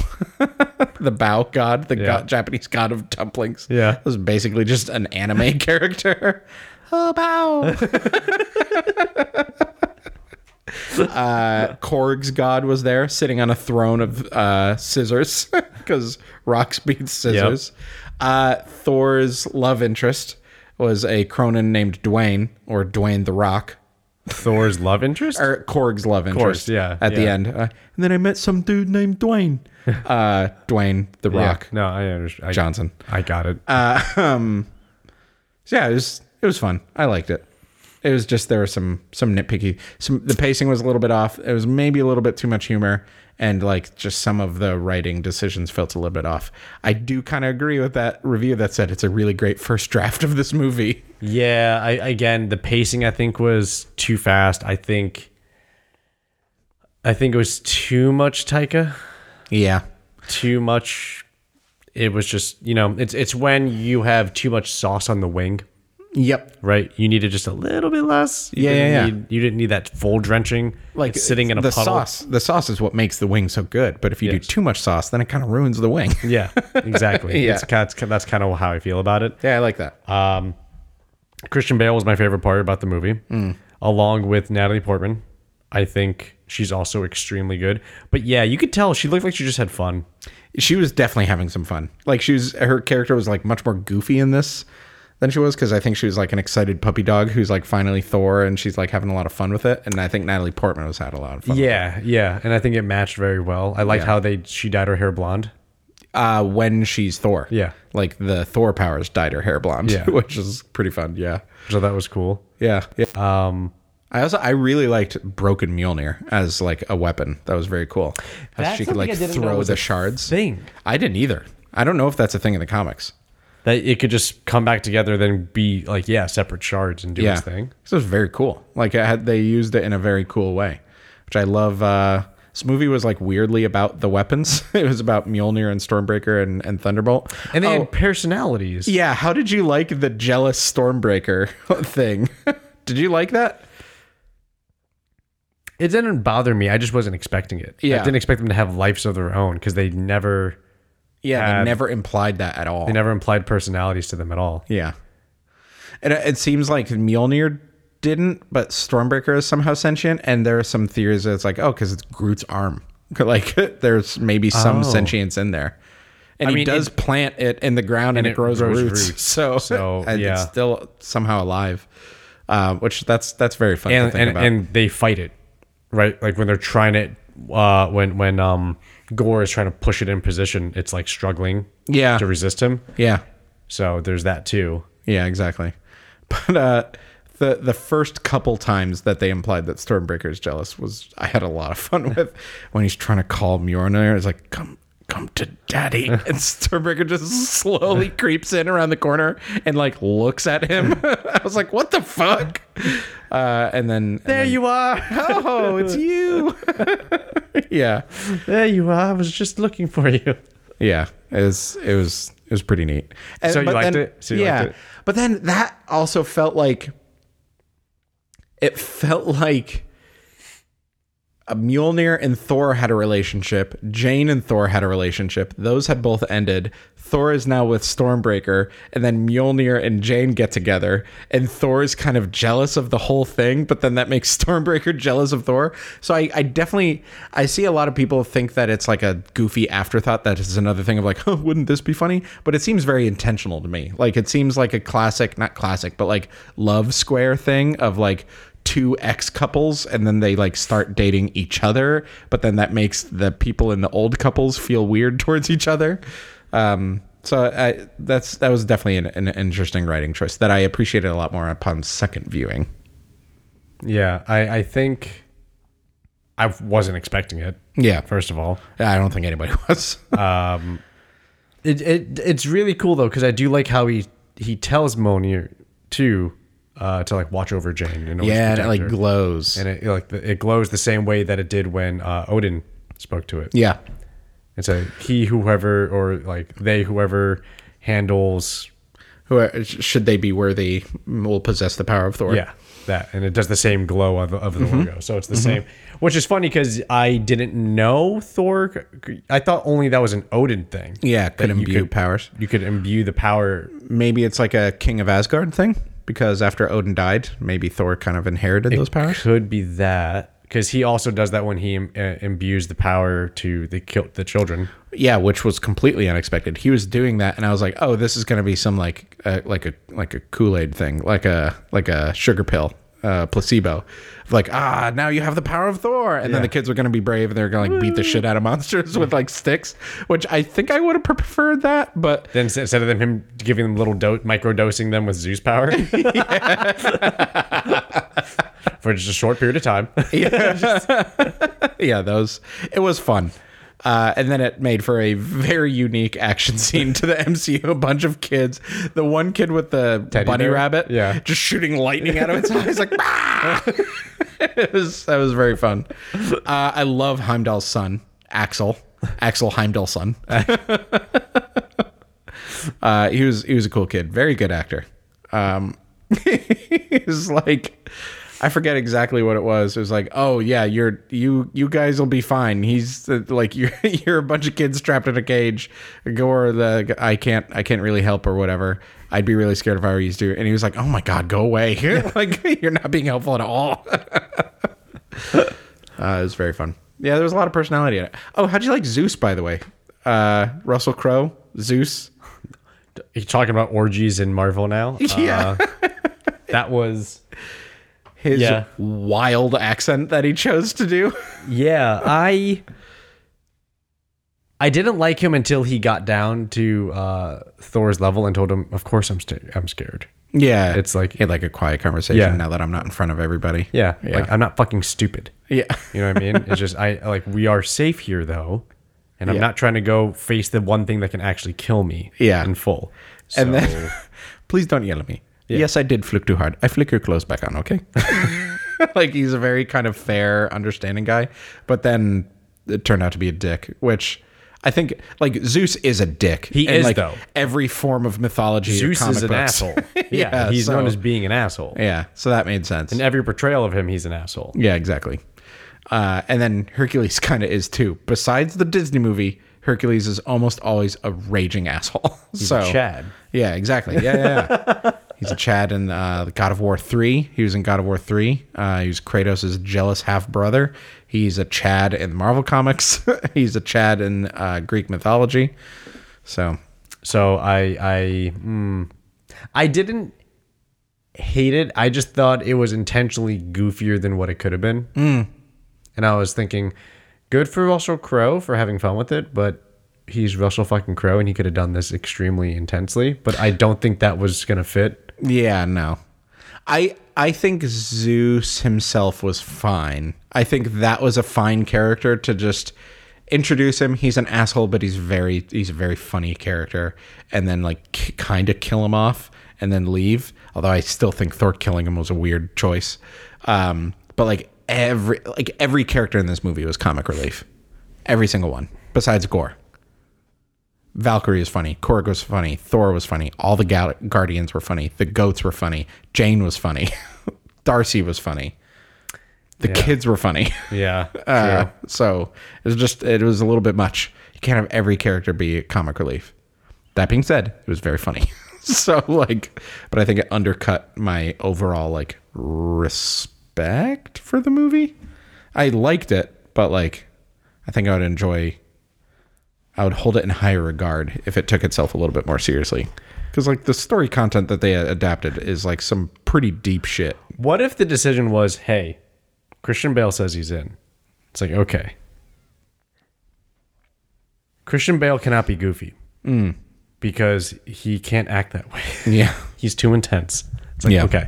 A: the Bao god, the god, Japanese god of dumplings.
B: Yeah.
A: It was basically just an anime character. Oh, Bao. uh, Korg's god was there sitting on a throne of uh, scissors because rocks beat scissors. Uh, Thor's love interest was a Cronin named Dwayne or Dwayne the Rock.
B: Thor's love interest.
A: Or Korg's love interest.
B: yeah,
A: At the
B: yeah.
A: end. Uh, and then I met some dude named Dwayne. Uh, Dwayne the
B: Yeah.
A: Rock
B: No, I understand. I,
A: Johnson.
B: I got it.
A: Uh, So yeah, it was it was fun. I liked it. It was just there were some some nitpicky. Some the pacing was a little bit off. It was maybe a little bit too much humor and like just some of the writing decisions felt a little bit off. I do kind of agree with that review that said it's a really great first draft of this movie.
B: Yeah, I again the pacing I think was too fast. I think I think it was too much Taika.
A: Yeah.
B: Too much it was just, you know, it's it's when you have too much sauce on the wing,
A: Yep.
B: right? You needed just a little bit less. You
A: Yeah, yeah,
B: didn't
A: yeah.
B: Need, you didn't need that full drenching like sitting in a
A: the
B: puddle.
A: sauce. The sauce is what makes the wing so good. But if you do too much sauce, then it kind of ruins the wing.
B: Yeah, exactly.
A: Yeah.
B: It's kind of, that's kind of how I feel about it.
A: yeah, I like that.
B: Christian Bale was my favorite part about the movie,
A: Mm.
B: along with Natalie Portman. I think she's also extremely good. But yeah, you could tell she looked like she just had fun.
A: she was definitely having some fun. Like she was, her character was like much more goofy in this than she was because I think she was like an excited puppy dog who's like finally Thor and she's like having a lot of fun with it. And I think Natalie Portman was had a lot of fun.
B: Yeah, yeah, and I think it matched very well. I liked how they she dyed her hair blonde.
A: Uh, when she's Thor,
B: Yeah.
A: like the Thor powers dyed her hair blonde,
B: Yeah.
A: which is pretty fun. Yeah,
B: So that was cool.
A: yeah, yeah. Um, I also I really liked broken Mjolnir as like a weapon. That was very cool. How
B: That's
A: she could like
B: something I didn't know
A: throw
B: was
A: the
B: a
A: shards.
B: Thing.
A: I didn't either. I don't know if that's a thing in the comics.
B: that it could just come back together, then be like, yeah, separate shards and do
A: yeah.
B: its thing.
A: This was very cool. Like it had, they used it in a very cool way, which I love. Uh, this movie was like weirdly about the weapons. it was about Mjolnir and Stormbreaker and, and Thunderbolt.
B: And they
A: oh,
B: had personalities.
A: yeah. How did you like the jealous Stormbreaker thing? did you like that?
B: It didn't bother me. I just wasn't expecting it.
A: Yeah.
B: I didn't expect them to have lives of their own because they never
A: Yeah,
B: Had-
A: they never implied that at all.
B: they never implied personalities to them at all.
A: Yeah. And it, it seems like Mjolnir didn't, but Stormbreaker is somehow sentient. And there are some theories that it's like, oh, because it's Groot's arm. Like there's maybe some
B: Oh.
A: sentience in there. And he
B: mean,
A: does plant it in the ground and,
B: and
A: it,
B: it
A: grows,
B: grows
A: roots.
B: roots.
A: So,
B: So,
A: and
B: yeah.
A: it's still somehow alive. Uh, which that's that's very funny to
B: And
A: think
B: and,
A: about.
B: and they fight it. Right? Like when they're trying to uh when when um Gore is trying to push it in position, it's like struggling
A: yeah.
B: to resist him.
A: Yeah.
B: So there's that too.
A: Yeah, exactly. But uh, the the first couple times that they implied that Stormbreaker is jealous was I had a lot of fun with when he's trying to call Mjolnir. It's like come come to daddy, and Stormbreaker just slowly creeps in around the corner and like looks at him. I was like, what the fuck? Uh, and then and then-
B: you are.
A: Oh, it's you. yeah,
B: There you are. I was just looking for you.
A: yeah. It was it was it was pretty neat. And-
B: So you
A: but
B: liked
A: then-
B: it? So you liked it?
A: But then that also felt like it felt like uh, Mjolnir and Thor had a relationship. Jane and Thor had a relationship. Those had both ended. Thor is now with Stormbreaker, and then Mjolnir and Jane get together, and Thor is kind of jealous of the whole thing. But then that makes Stormbreaker jealous of Thor. So I, I definitely I see a lot of people think that it's like a goofy afterthought. That is another thing of like, huh, wouldn't this be funny? But it seems very intentional to me. Like it seems like a classic, not classic, but like love square thing of like two ex couples and then they like start dating each other but then that makes the people in the old couples feel weird towards each other um so I, that's that was definitely an, an interesting writing choice that I appreciated a lot more upon second viewing.
B: Yeah, I I think I wasn't expecting it.
A: Yeah,
B: First of all,
A: I don't think anybody was.
B: It, it it's really cool though because I do like how he he tells Monier to uh to like watch over Jane. And always
A: yeah, and it
B: protect
A: like
B: her.
A: glows.
B: and it like the, it glows the same way that it did when uh, Odin spoke to it.
A: yeah,
B: It's a he whoever or like they whoever handles
A: who are, should they be worthy will possess the power of Thor.
B: yeah that and it does the same glow of, of the logo. So it's the same, which is funny because I didn't know Thor. I thought only that was an Odin thing.
A: yeah, could
B: you
A: imbue
B: could-
A: powers.
B: You could imbue the power
A: Maybe it's like a King of Asgard thing because after Odin died, maybe Thor kind of inherited those powers.
B: Could be that because he also does that when he im- uh, imbues the power to the kill the children.
A: Yeah, which was completely unexpected. He was doing that, and I was like, "Oh, this is going to be some like uh, like a like a Kool Aid thing, like a like a sugar pill, uh, placebo." Like, ah, now you have the power of Thor, and then the kids are going to be brave, and they're going to like beat the shit out of monsters with like sticks, which I think I would have preferred that, but
B: Then s- instead of them him giving them little do- micro dosing them with Zeus power for just a short period of time.
A: yeah, those it was fun. Uh, and then it made for a very unique action scene to the MCU. A bunch of kids, the one kid with the bunny
B: bear?
A: rabbit,
B: Yeah.
A: just shooting lightning out of its eyes, like. "Ah!" it was that was very fun. Uh, I love Heimdall's son, Axel, Axel Heimdall's son. uh, he was he was a cool kid, very good actor. Um, he was like, I forget exactly what it was. It was like, oh yeah, you're you you guys will be fine. He's uh, like you're you're a bunch of kids trapped in a cage. Gore the I can't I can't really help or whatever. I'd be really scared if I were used to. And he was like, oh my god, go away. like you're not being helpful at all. Uh, it was very fun. Yeah, there was a lot of personality in it. Oh, how'd you like Zeus, by the way? Uh, Russell Crowe, Zeus.
B: You're talking about orgies in Marvel now.
A: Yeah.
B: Uh, that was
A: His
B: Yeah.
A: wild accent that he chose to do.
B: yeah. I I didn't like him until he got down to uh, Thor's level and told him, "Of course I'm sta- I'm scared."
A: Yeah,
B: It's like
A: he had like a quiet conversation.
B: Yeah.
A: Now that I'm not in front of everybody.
B: Yeah,
A: Yeah.
B: Like I'm not fucking stupid.
A: yeah,
B: You know what I mean? It's just I like we are safe here though, and I'm
A: Yeah.
B: not trying to go face the one thing that can actually kill me.
A: Yeah.
B: In full.
A: And then, please don't yell at me. Yes, I did flick too hard. I flick your clothes back on, okay? like he's a very kind of fair, understanding guy, but then it turned out to be a dick, which I think like Zeus is a dick.
B: He
A: in,
B: is,
A: like,
B: though.
A: Every form of mythology. or
B: Zeus
A: comic
B: is an
A: books.
B: asshole. Yeah,
A: Yeah,
B: he's
A: so-
B: known as being an asshole.
A: yeah, so that made sense.
B: In every portrayal of him, he's an asshole.
A: Yeah, exactly. Uh, and then Hercules kind of is too. Besides the Disney movie, Hercules is almost always a raging asshole. so
B: Chad.
A: Yeah, exactly. Yeah, yeah. yeah. He's a Chad in uh, God of War three. He was in God of War three. Uh, he was Kratos' jealous half brother. He's a Chad in Marvel comics. He's a Chad in uh, Greek mythology. So
B: So I I mm, I didn't hate it. I just thought it was intentionally goofier than what it could have been. And I was thinking, good for Russell Crowe for having fun with it, but he's Russell fucking Crowe and he could have done this extremely intensely. But I don't think that was gonna fit.
A: Yeah, no. I I think Zeus himself was fine. I think that was a fine character to just introduce him. He's an asshole, but he's very he's a very funny character and then like k- kind of kill him off and then leave. Although I still think Thor killing him was a weird choice. Um but like every like every character in this movie was comic relief. Every single one besides Gore. Valkyrie is funny. Korg was funny. Thor was funny. All the Gal- Guardians were funny. The goats were funny. Jane was funny. Darcy was funny. The kids were funny.
B: Yeah.
A: Uh, so it was just it was a little bit much. You can't have every character be comic relief. That being said, it was very funny. so like, but I think it undercut my overall like respect for the movie. I liked it, but like, I think I would enjoy. I would hold it in higher regard if it took itself a little bit more seriously. Because like the story content that they adapted is like some pretty deep shit.
B: What if the decision was, hey, Christian Bale says he's in? It's like, okay. Christian Bale cannot be goofy because he can't act that way.
A: Yeah.
B: He's too intense. It's like,
A: Yeah.
B: okay.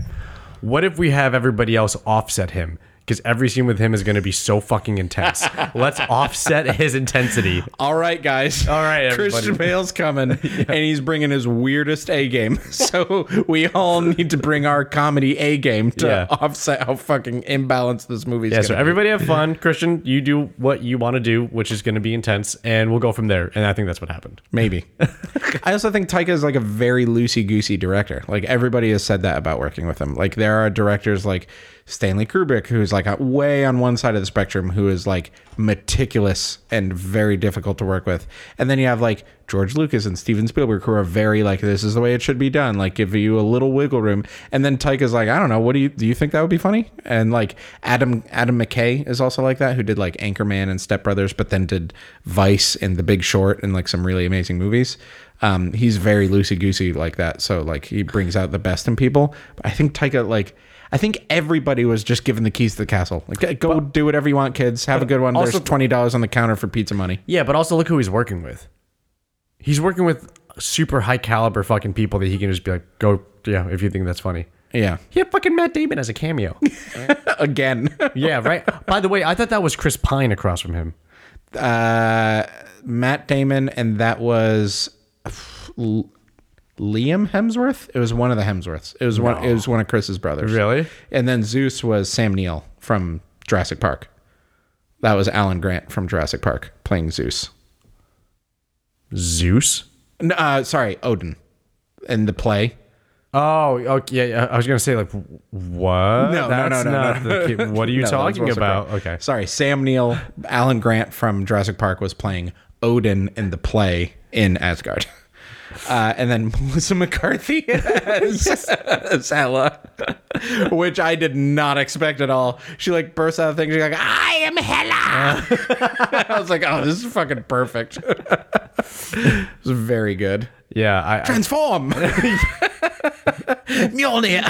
B: What if we have everybody else offset him? Because every scene with him is going to be so fucking intense. Let's offset his intensity.
A: All right, guys.
B: All right, everybody.
A: Christian Bale's coming, and he's bringing his weirdest A game. So we all need to bring our comedy A game to
B: Yeah.
A: offset how fucking imbalanced this movie is.
B: Yeah, so everybody have fun. Christian, you do what you want to do, which is going to be intense, and we'll go from there. And I think that's what happened.
A: maybe. I also think Taika is like a very loosey goosey director. Like everybody has said that about working with him. Like there are directors like Stanley Kubrick, who's like way on one side of the spectrum, who is like meticulous and very difficult to work with. And then you have like George Lucas and Steven Spielberg, who are very like, this is the way it should be done. Like give you a little wiggle room. And then Taika's like, I don't know, what do you do? You think that would be funny? And like Adam Adam McKay is also like that, who did like Anchorman and Step Brothers, but then did Vice and The Big Short and like some really amazing movies. Um, he's very loosey goosey like that, so like he brings out the best in people. But I think Taika like. I think everybody was just given the keys to the castle. Like, go do whatever you want, kids. Have a good one.
B: also-
A: There's twenty dollars on the counter for pizza money.
B: Yeah, but also look who he's working with. He's working with super high caliber fucking people that he can just be like, go, yeah, if you think that's funny.
A: Yeah,
B: He had fucking Matt Damon as a cameo.
A: again.
B: yeah, right. By the way, I thought that was Chris Pine across from him.
A: uh, Matt Damon, and that was L- Liam Hemsworth. It was one of the Hemsworths. It was one. It was one of Chris's brothers.
B: Really?
A: And then Zeus was Sam Neill from Jurassic Park. That was Alan Grant from Jurassic Park playing Zeus.
B: Zeus.
A: N- uh, sorry, Odin, in the play.
B: Oh, okay. Yeah, I was gonna say like, what? No,
A: no, no, no, no.
B: What are you
A: No, that was
B: talking
A: Russell
B: about?
A: Crowe.
B: Okay.
A: Sorry, Sam Neill, Alan Grant from Jurassic Park was playing Odin in the play in Asgard. Uh, and then Melissa McCarthy as, as Hela, which I did not expect at all. She like bursts out of the thing. She's like, "I am Hela." I was like, "Oh, this is fucking perfect." it was very good.
B: Yeah, I, I
A: Transform, Mjolnir,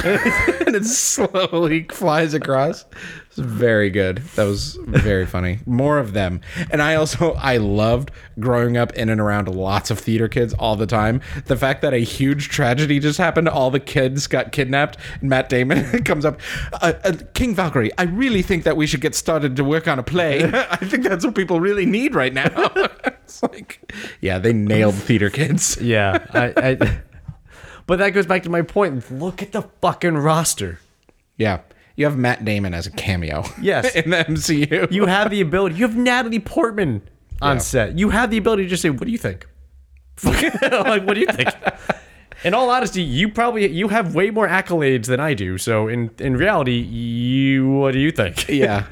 A: and it slowly flies across. It's very good. That was very funny. More of them, and I also I loved growing up in and around lots of theater kids all the time. The fact that a huge tragedy just happened, all the kids got kidnapped, and Matt Damon comes up, uh, uh, King Valkyrie. I really think that we should get started to work on a play. I think that's what people really need right now. it's like, yeah, they nailed theater kids.
B: yeah, I, I But that goes back to my point. Look at the fucking roster.
A: Yeah. You have Matt Damon as a cameo.
B: Yes.
A: in the MCU.
B: You have the ability. You have Natalie Portman on set. You have the ability to just say, "What do you think?" Fucking- like, what do you think? In all honesty, you probably you have way more accolades than I do. So in in reality, you what do you think?
A: yeah.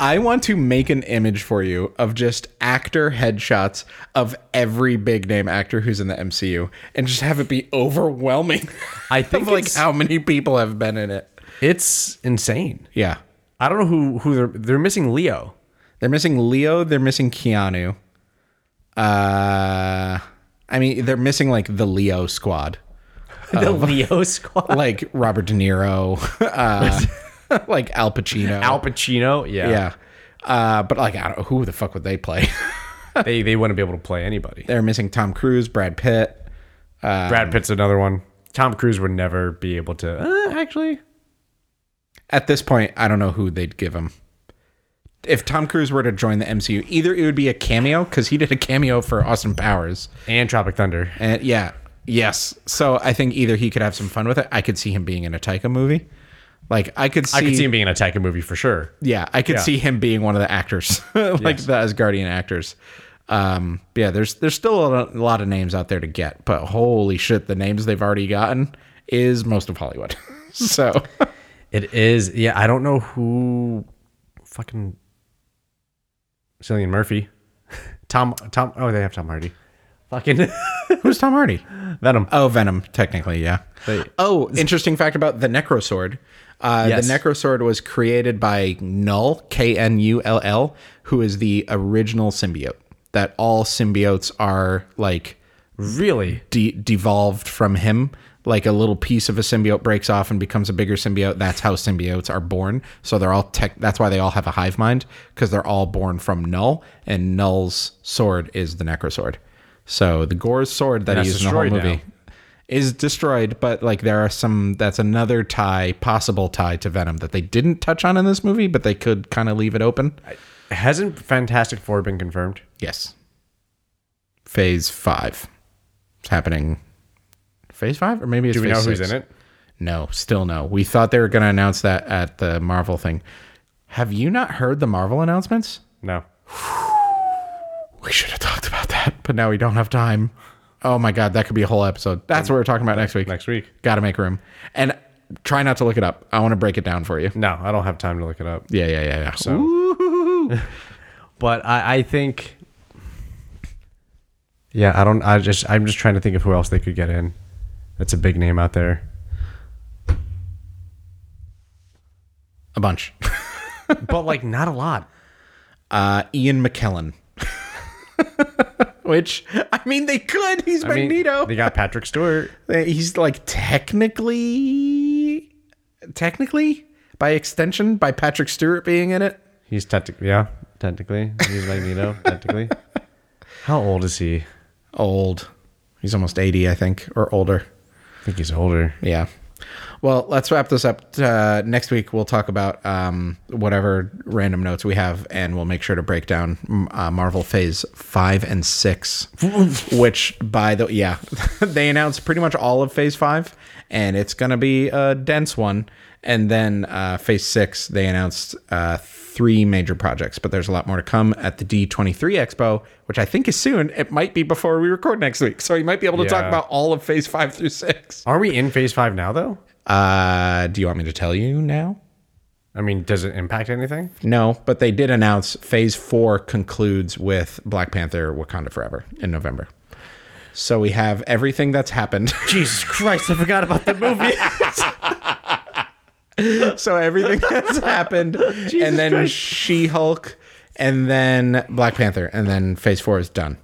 A: I want to make an image for you of just actor headshots of every big name actor who's in the MCU and just have it be overwhelming.
B: I think
A: of like
B: it's-
A: how many people have been in it.
B: It's insane.
A: Yeah.
B: I don't know who who they're they're missing Leo.
A: They're missing Leo, they're missing Keanu. Uh I mean, they're missing like the Leo squad.
B: The Leo squad.
A: Like Robert De Niro, uh, like Al Pacino.
B: Al Pacino. Yeah.
A: yeah. Uh, but like I don't know who the fuck would they play?
B: They they wouldn't be able to play anybody.
A: they're missing Tom Cruise, Brad Pitt.
B: Brad Pitt's another one. Tom Cruise would never be able to. Uh, actually,
A: At this point, I don't know who they'd give him. If Tom Cruise were to join the MCU, either it would be a cameo because he did a cameo for Austin Powers,
B: and Tropic Thunder.
A: and yeah, yes. So I think either he could have some fun with it. I could see him being in a Taika movie. Like I could see,
B: I could see him being in a Taika movie for sure.
A: yeah, I could see him being one of the actors, like the Asgardian actors. Um, yeah, there's there's still a lot of names out there to get, but holy shit, the names they've already gotten is most of Hollywood. so
B: It is. Yeah, I don't know who fucking Cillian Murphy. Tom Tom oh they have Tom Hardy. Fucking
A: who's Tom Hardy?
B: Venom.
A: Oh, Venom, technically, yeah.
B: Wait.
A: Oh, interesting fact about the Necrosword. Uh,
B: Yes.
A: The Necrosword was created by Null, K N U L L, who is the original symbiote. That all symbiotes are like
B: Really?
A: de- devolved from him. Like a little piece of a symbiote breaks off and becomes a bigger symbiote. That's how symbiotes are born. So they're all tech. That's why they all have a hive mind because they're all born from Null, and Null's sword is the Necrosword. So the Gore's sword that he used
B: that's
A: in the whole
B: destroyed
A: movie is destroyed, but like there are some. That's another tie, possible tie to Venom that they didn't touch on in this movie, but they could kind of leave it open.
B: Hasn't Fantastic Four been confirmed?
A: Yes. Phase five. It's happening. Phase five, or maybe it's.
B: Do we know
A: phase
B: who's
A: six.
B: in it?
A: No, still no. We thought they were going to announce that at the Marvel thing. Have you not heard the Marvel announcements?
B: No.
A: We should have talked about that, but now we don't have time. Oh my god, that could be a whole episode. That's what we're talking about next week.
B: Next week.
A: Got to make room, and try not to look it up. I want to break it down for you.
B: No, I don't have time to look it up.
A: Yeah, yeah, yeah, yeah. So
B: But I, I think Yeah, I don't I just I'm just trying to think of who else they could get in. That's a big name out there.
A: a bunch.
B: But like not a lot.
A: uh, Ian McKellen. Which I mean, they could. He's
B: I mean,
A: Magneto.
B: They got Patrick Stewart.
A: He's like technically, technically by extension, by Patrick Stewart being in it.
B: He's technically, yeah, technically. He's Magneto, technically. How old is he?
A: Old. He's almost eighty, I think, or older.
B: I think he's older.
A: Yeah. Well, let's wrap this up. Uh, next week, we'll talk about um, whatever random notes we have, and we'll make sure to break down mm, uh, Marvel Phase Five and Six, which by the yeah, they announced pretty much all of Phase Five, and it's gonna be a dense one. And then uh, Phase Six, they announced uh, three major projects, but there's a lot more to come at the D23 Expo, which I think is soon. It might be before we record next week, so you might be able to talk
B: Yeah.
A: about all of Phase Five through Six.
B: Are we in phase five now, though?
A: Uh, do you want me to tell you now?
B: I mean, does it impact anything?
A: No, but they did announce phase four concludes with Black Panther Wakanda Forever in November. So we have everything that's happened.
B: Jesus Christ, I forgot about the movie.
A: so everything that's happened. and then
B: Christ.
A: She Hulk and then Black Panther. And then phase four is done.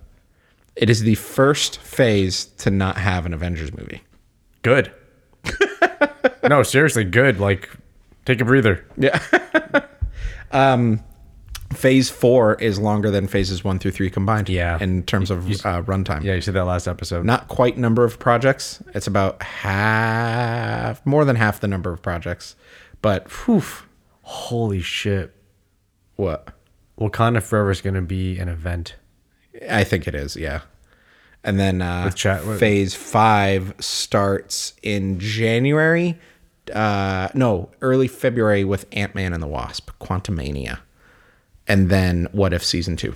A: It is the first phase to not have an Avengers movie.
B: good. no, seriously, good. Like, take a breather.
A: Phase four is longer than phases one through three combined.
B: Yeah.
A: In terms of uh, runtime.
B: Yeah, you said that last episode.
A: not quite number of projects. It's about half, more than half the number of projects. But whew,
B: Holy shit.
A: what
B: Wakanda Forever is going to be an event.
A: I think it is, yeah. And then uh,
B: chat- what-
A: phase five starts in January. Uh, no, early February with Ant Man and the Wasp, Quantumania. And then What If Season 2.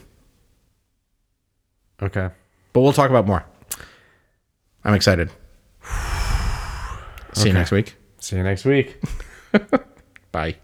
B: Okay.
A: But we'll talk about more. I'm excited. See you next week.
B: See you next week.
A: Bye.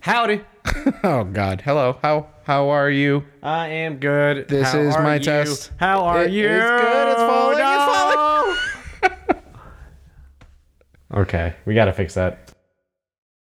B: Howdy.
A: Oh God. Hello. How how are you?
B: I am good.
A: This
B: How
A: is
B: are
A: my
B: you?
A: test.
B: How are
A: It- it's
B: you?
A: good. It's falling. It's
B: falling. okay, we gotta fix that.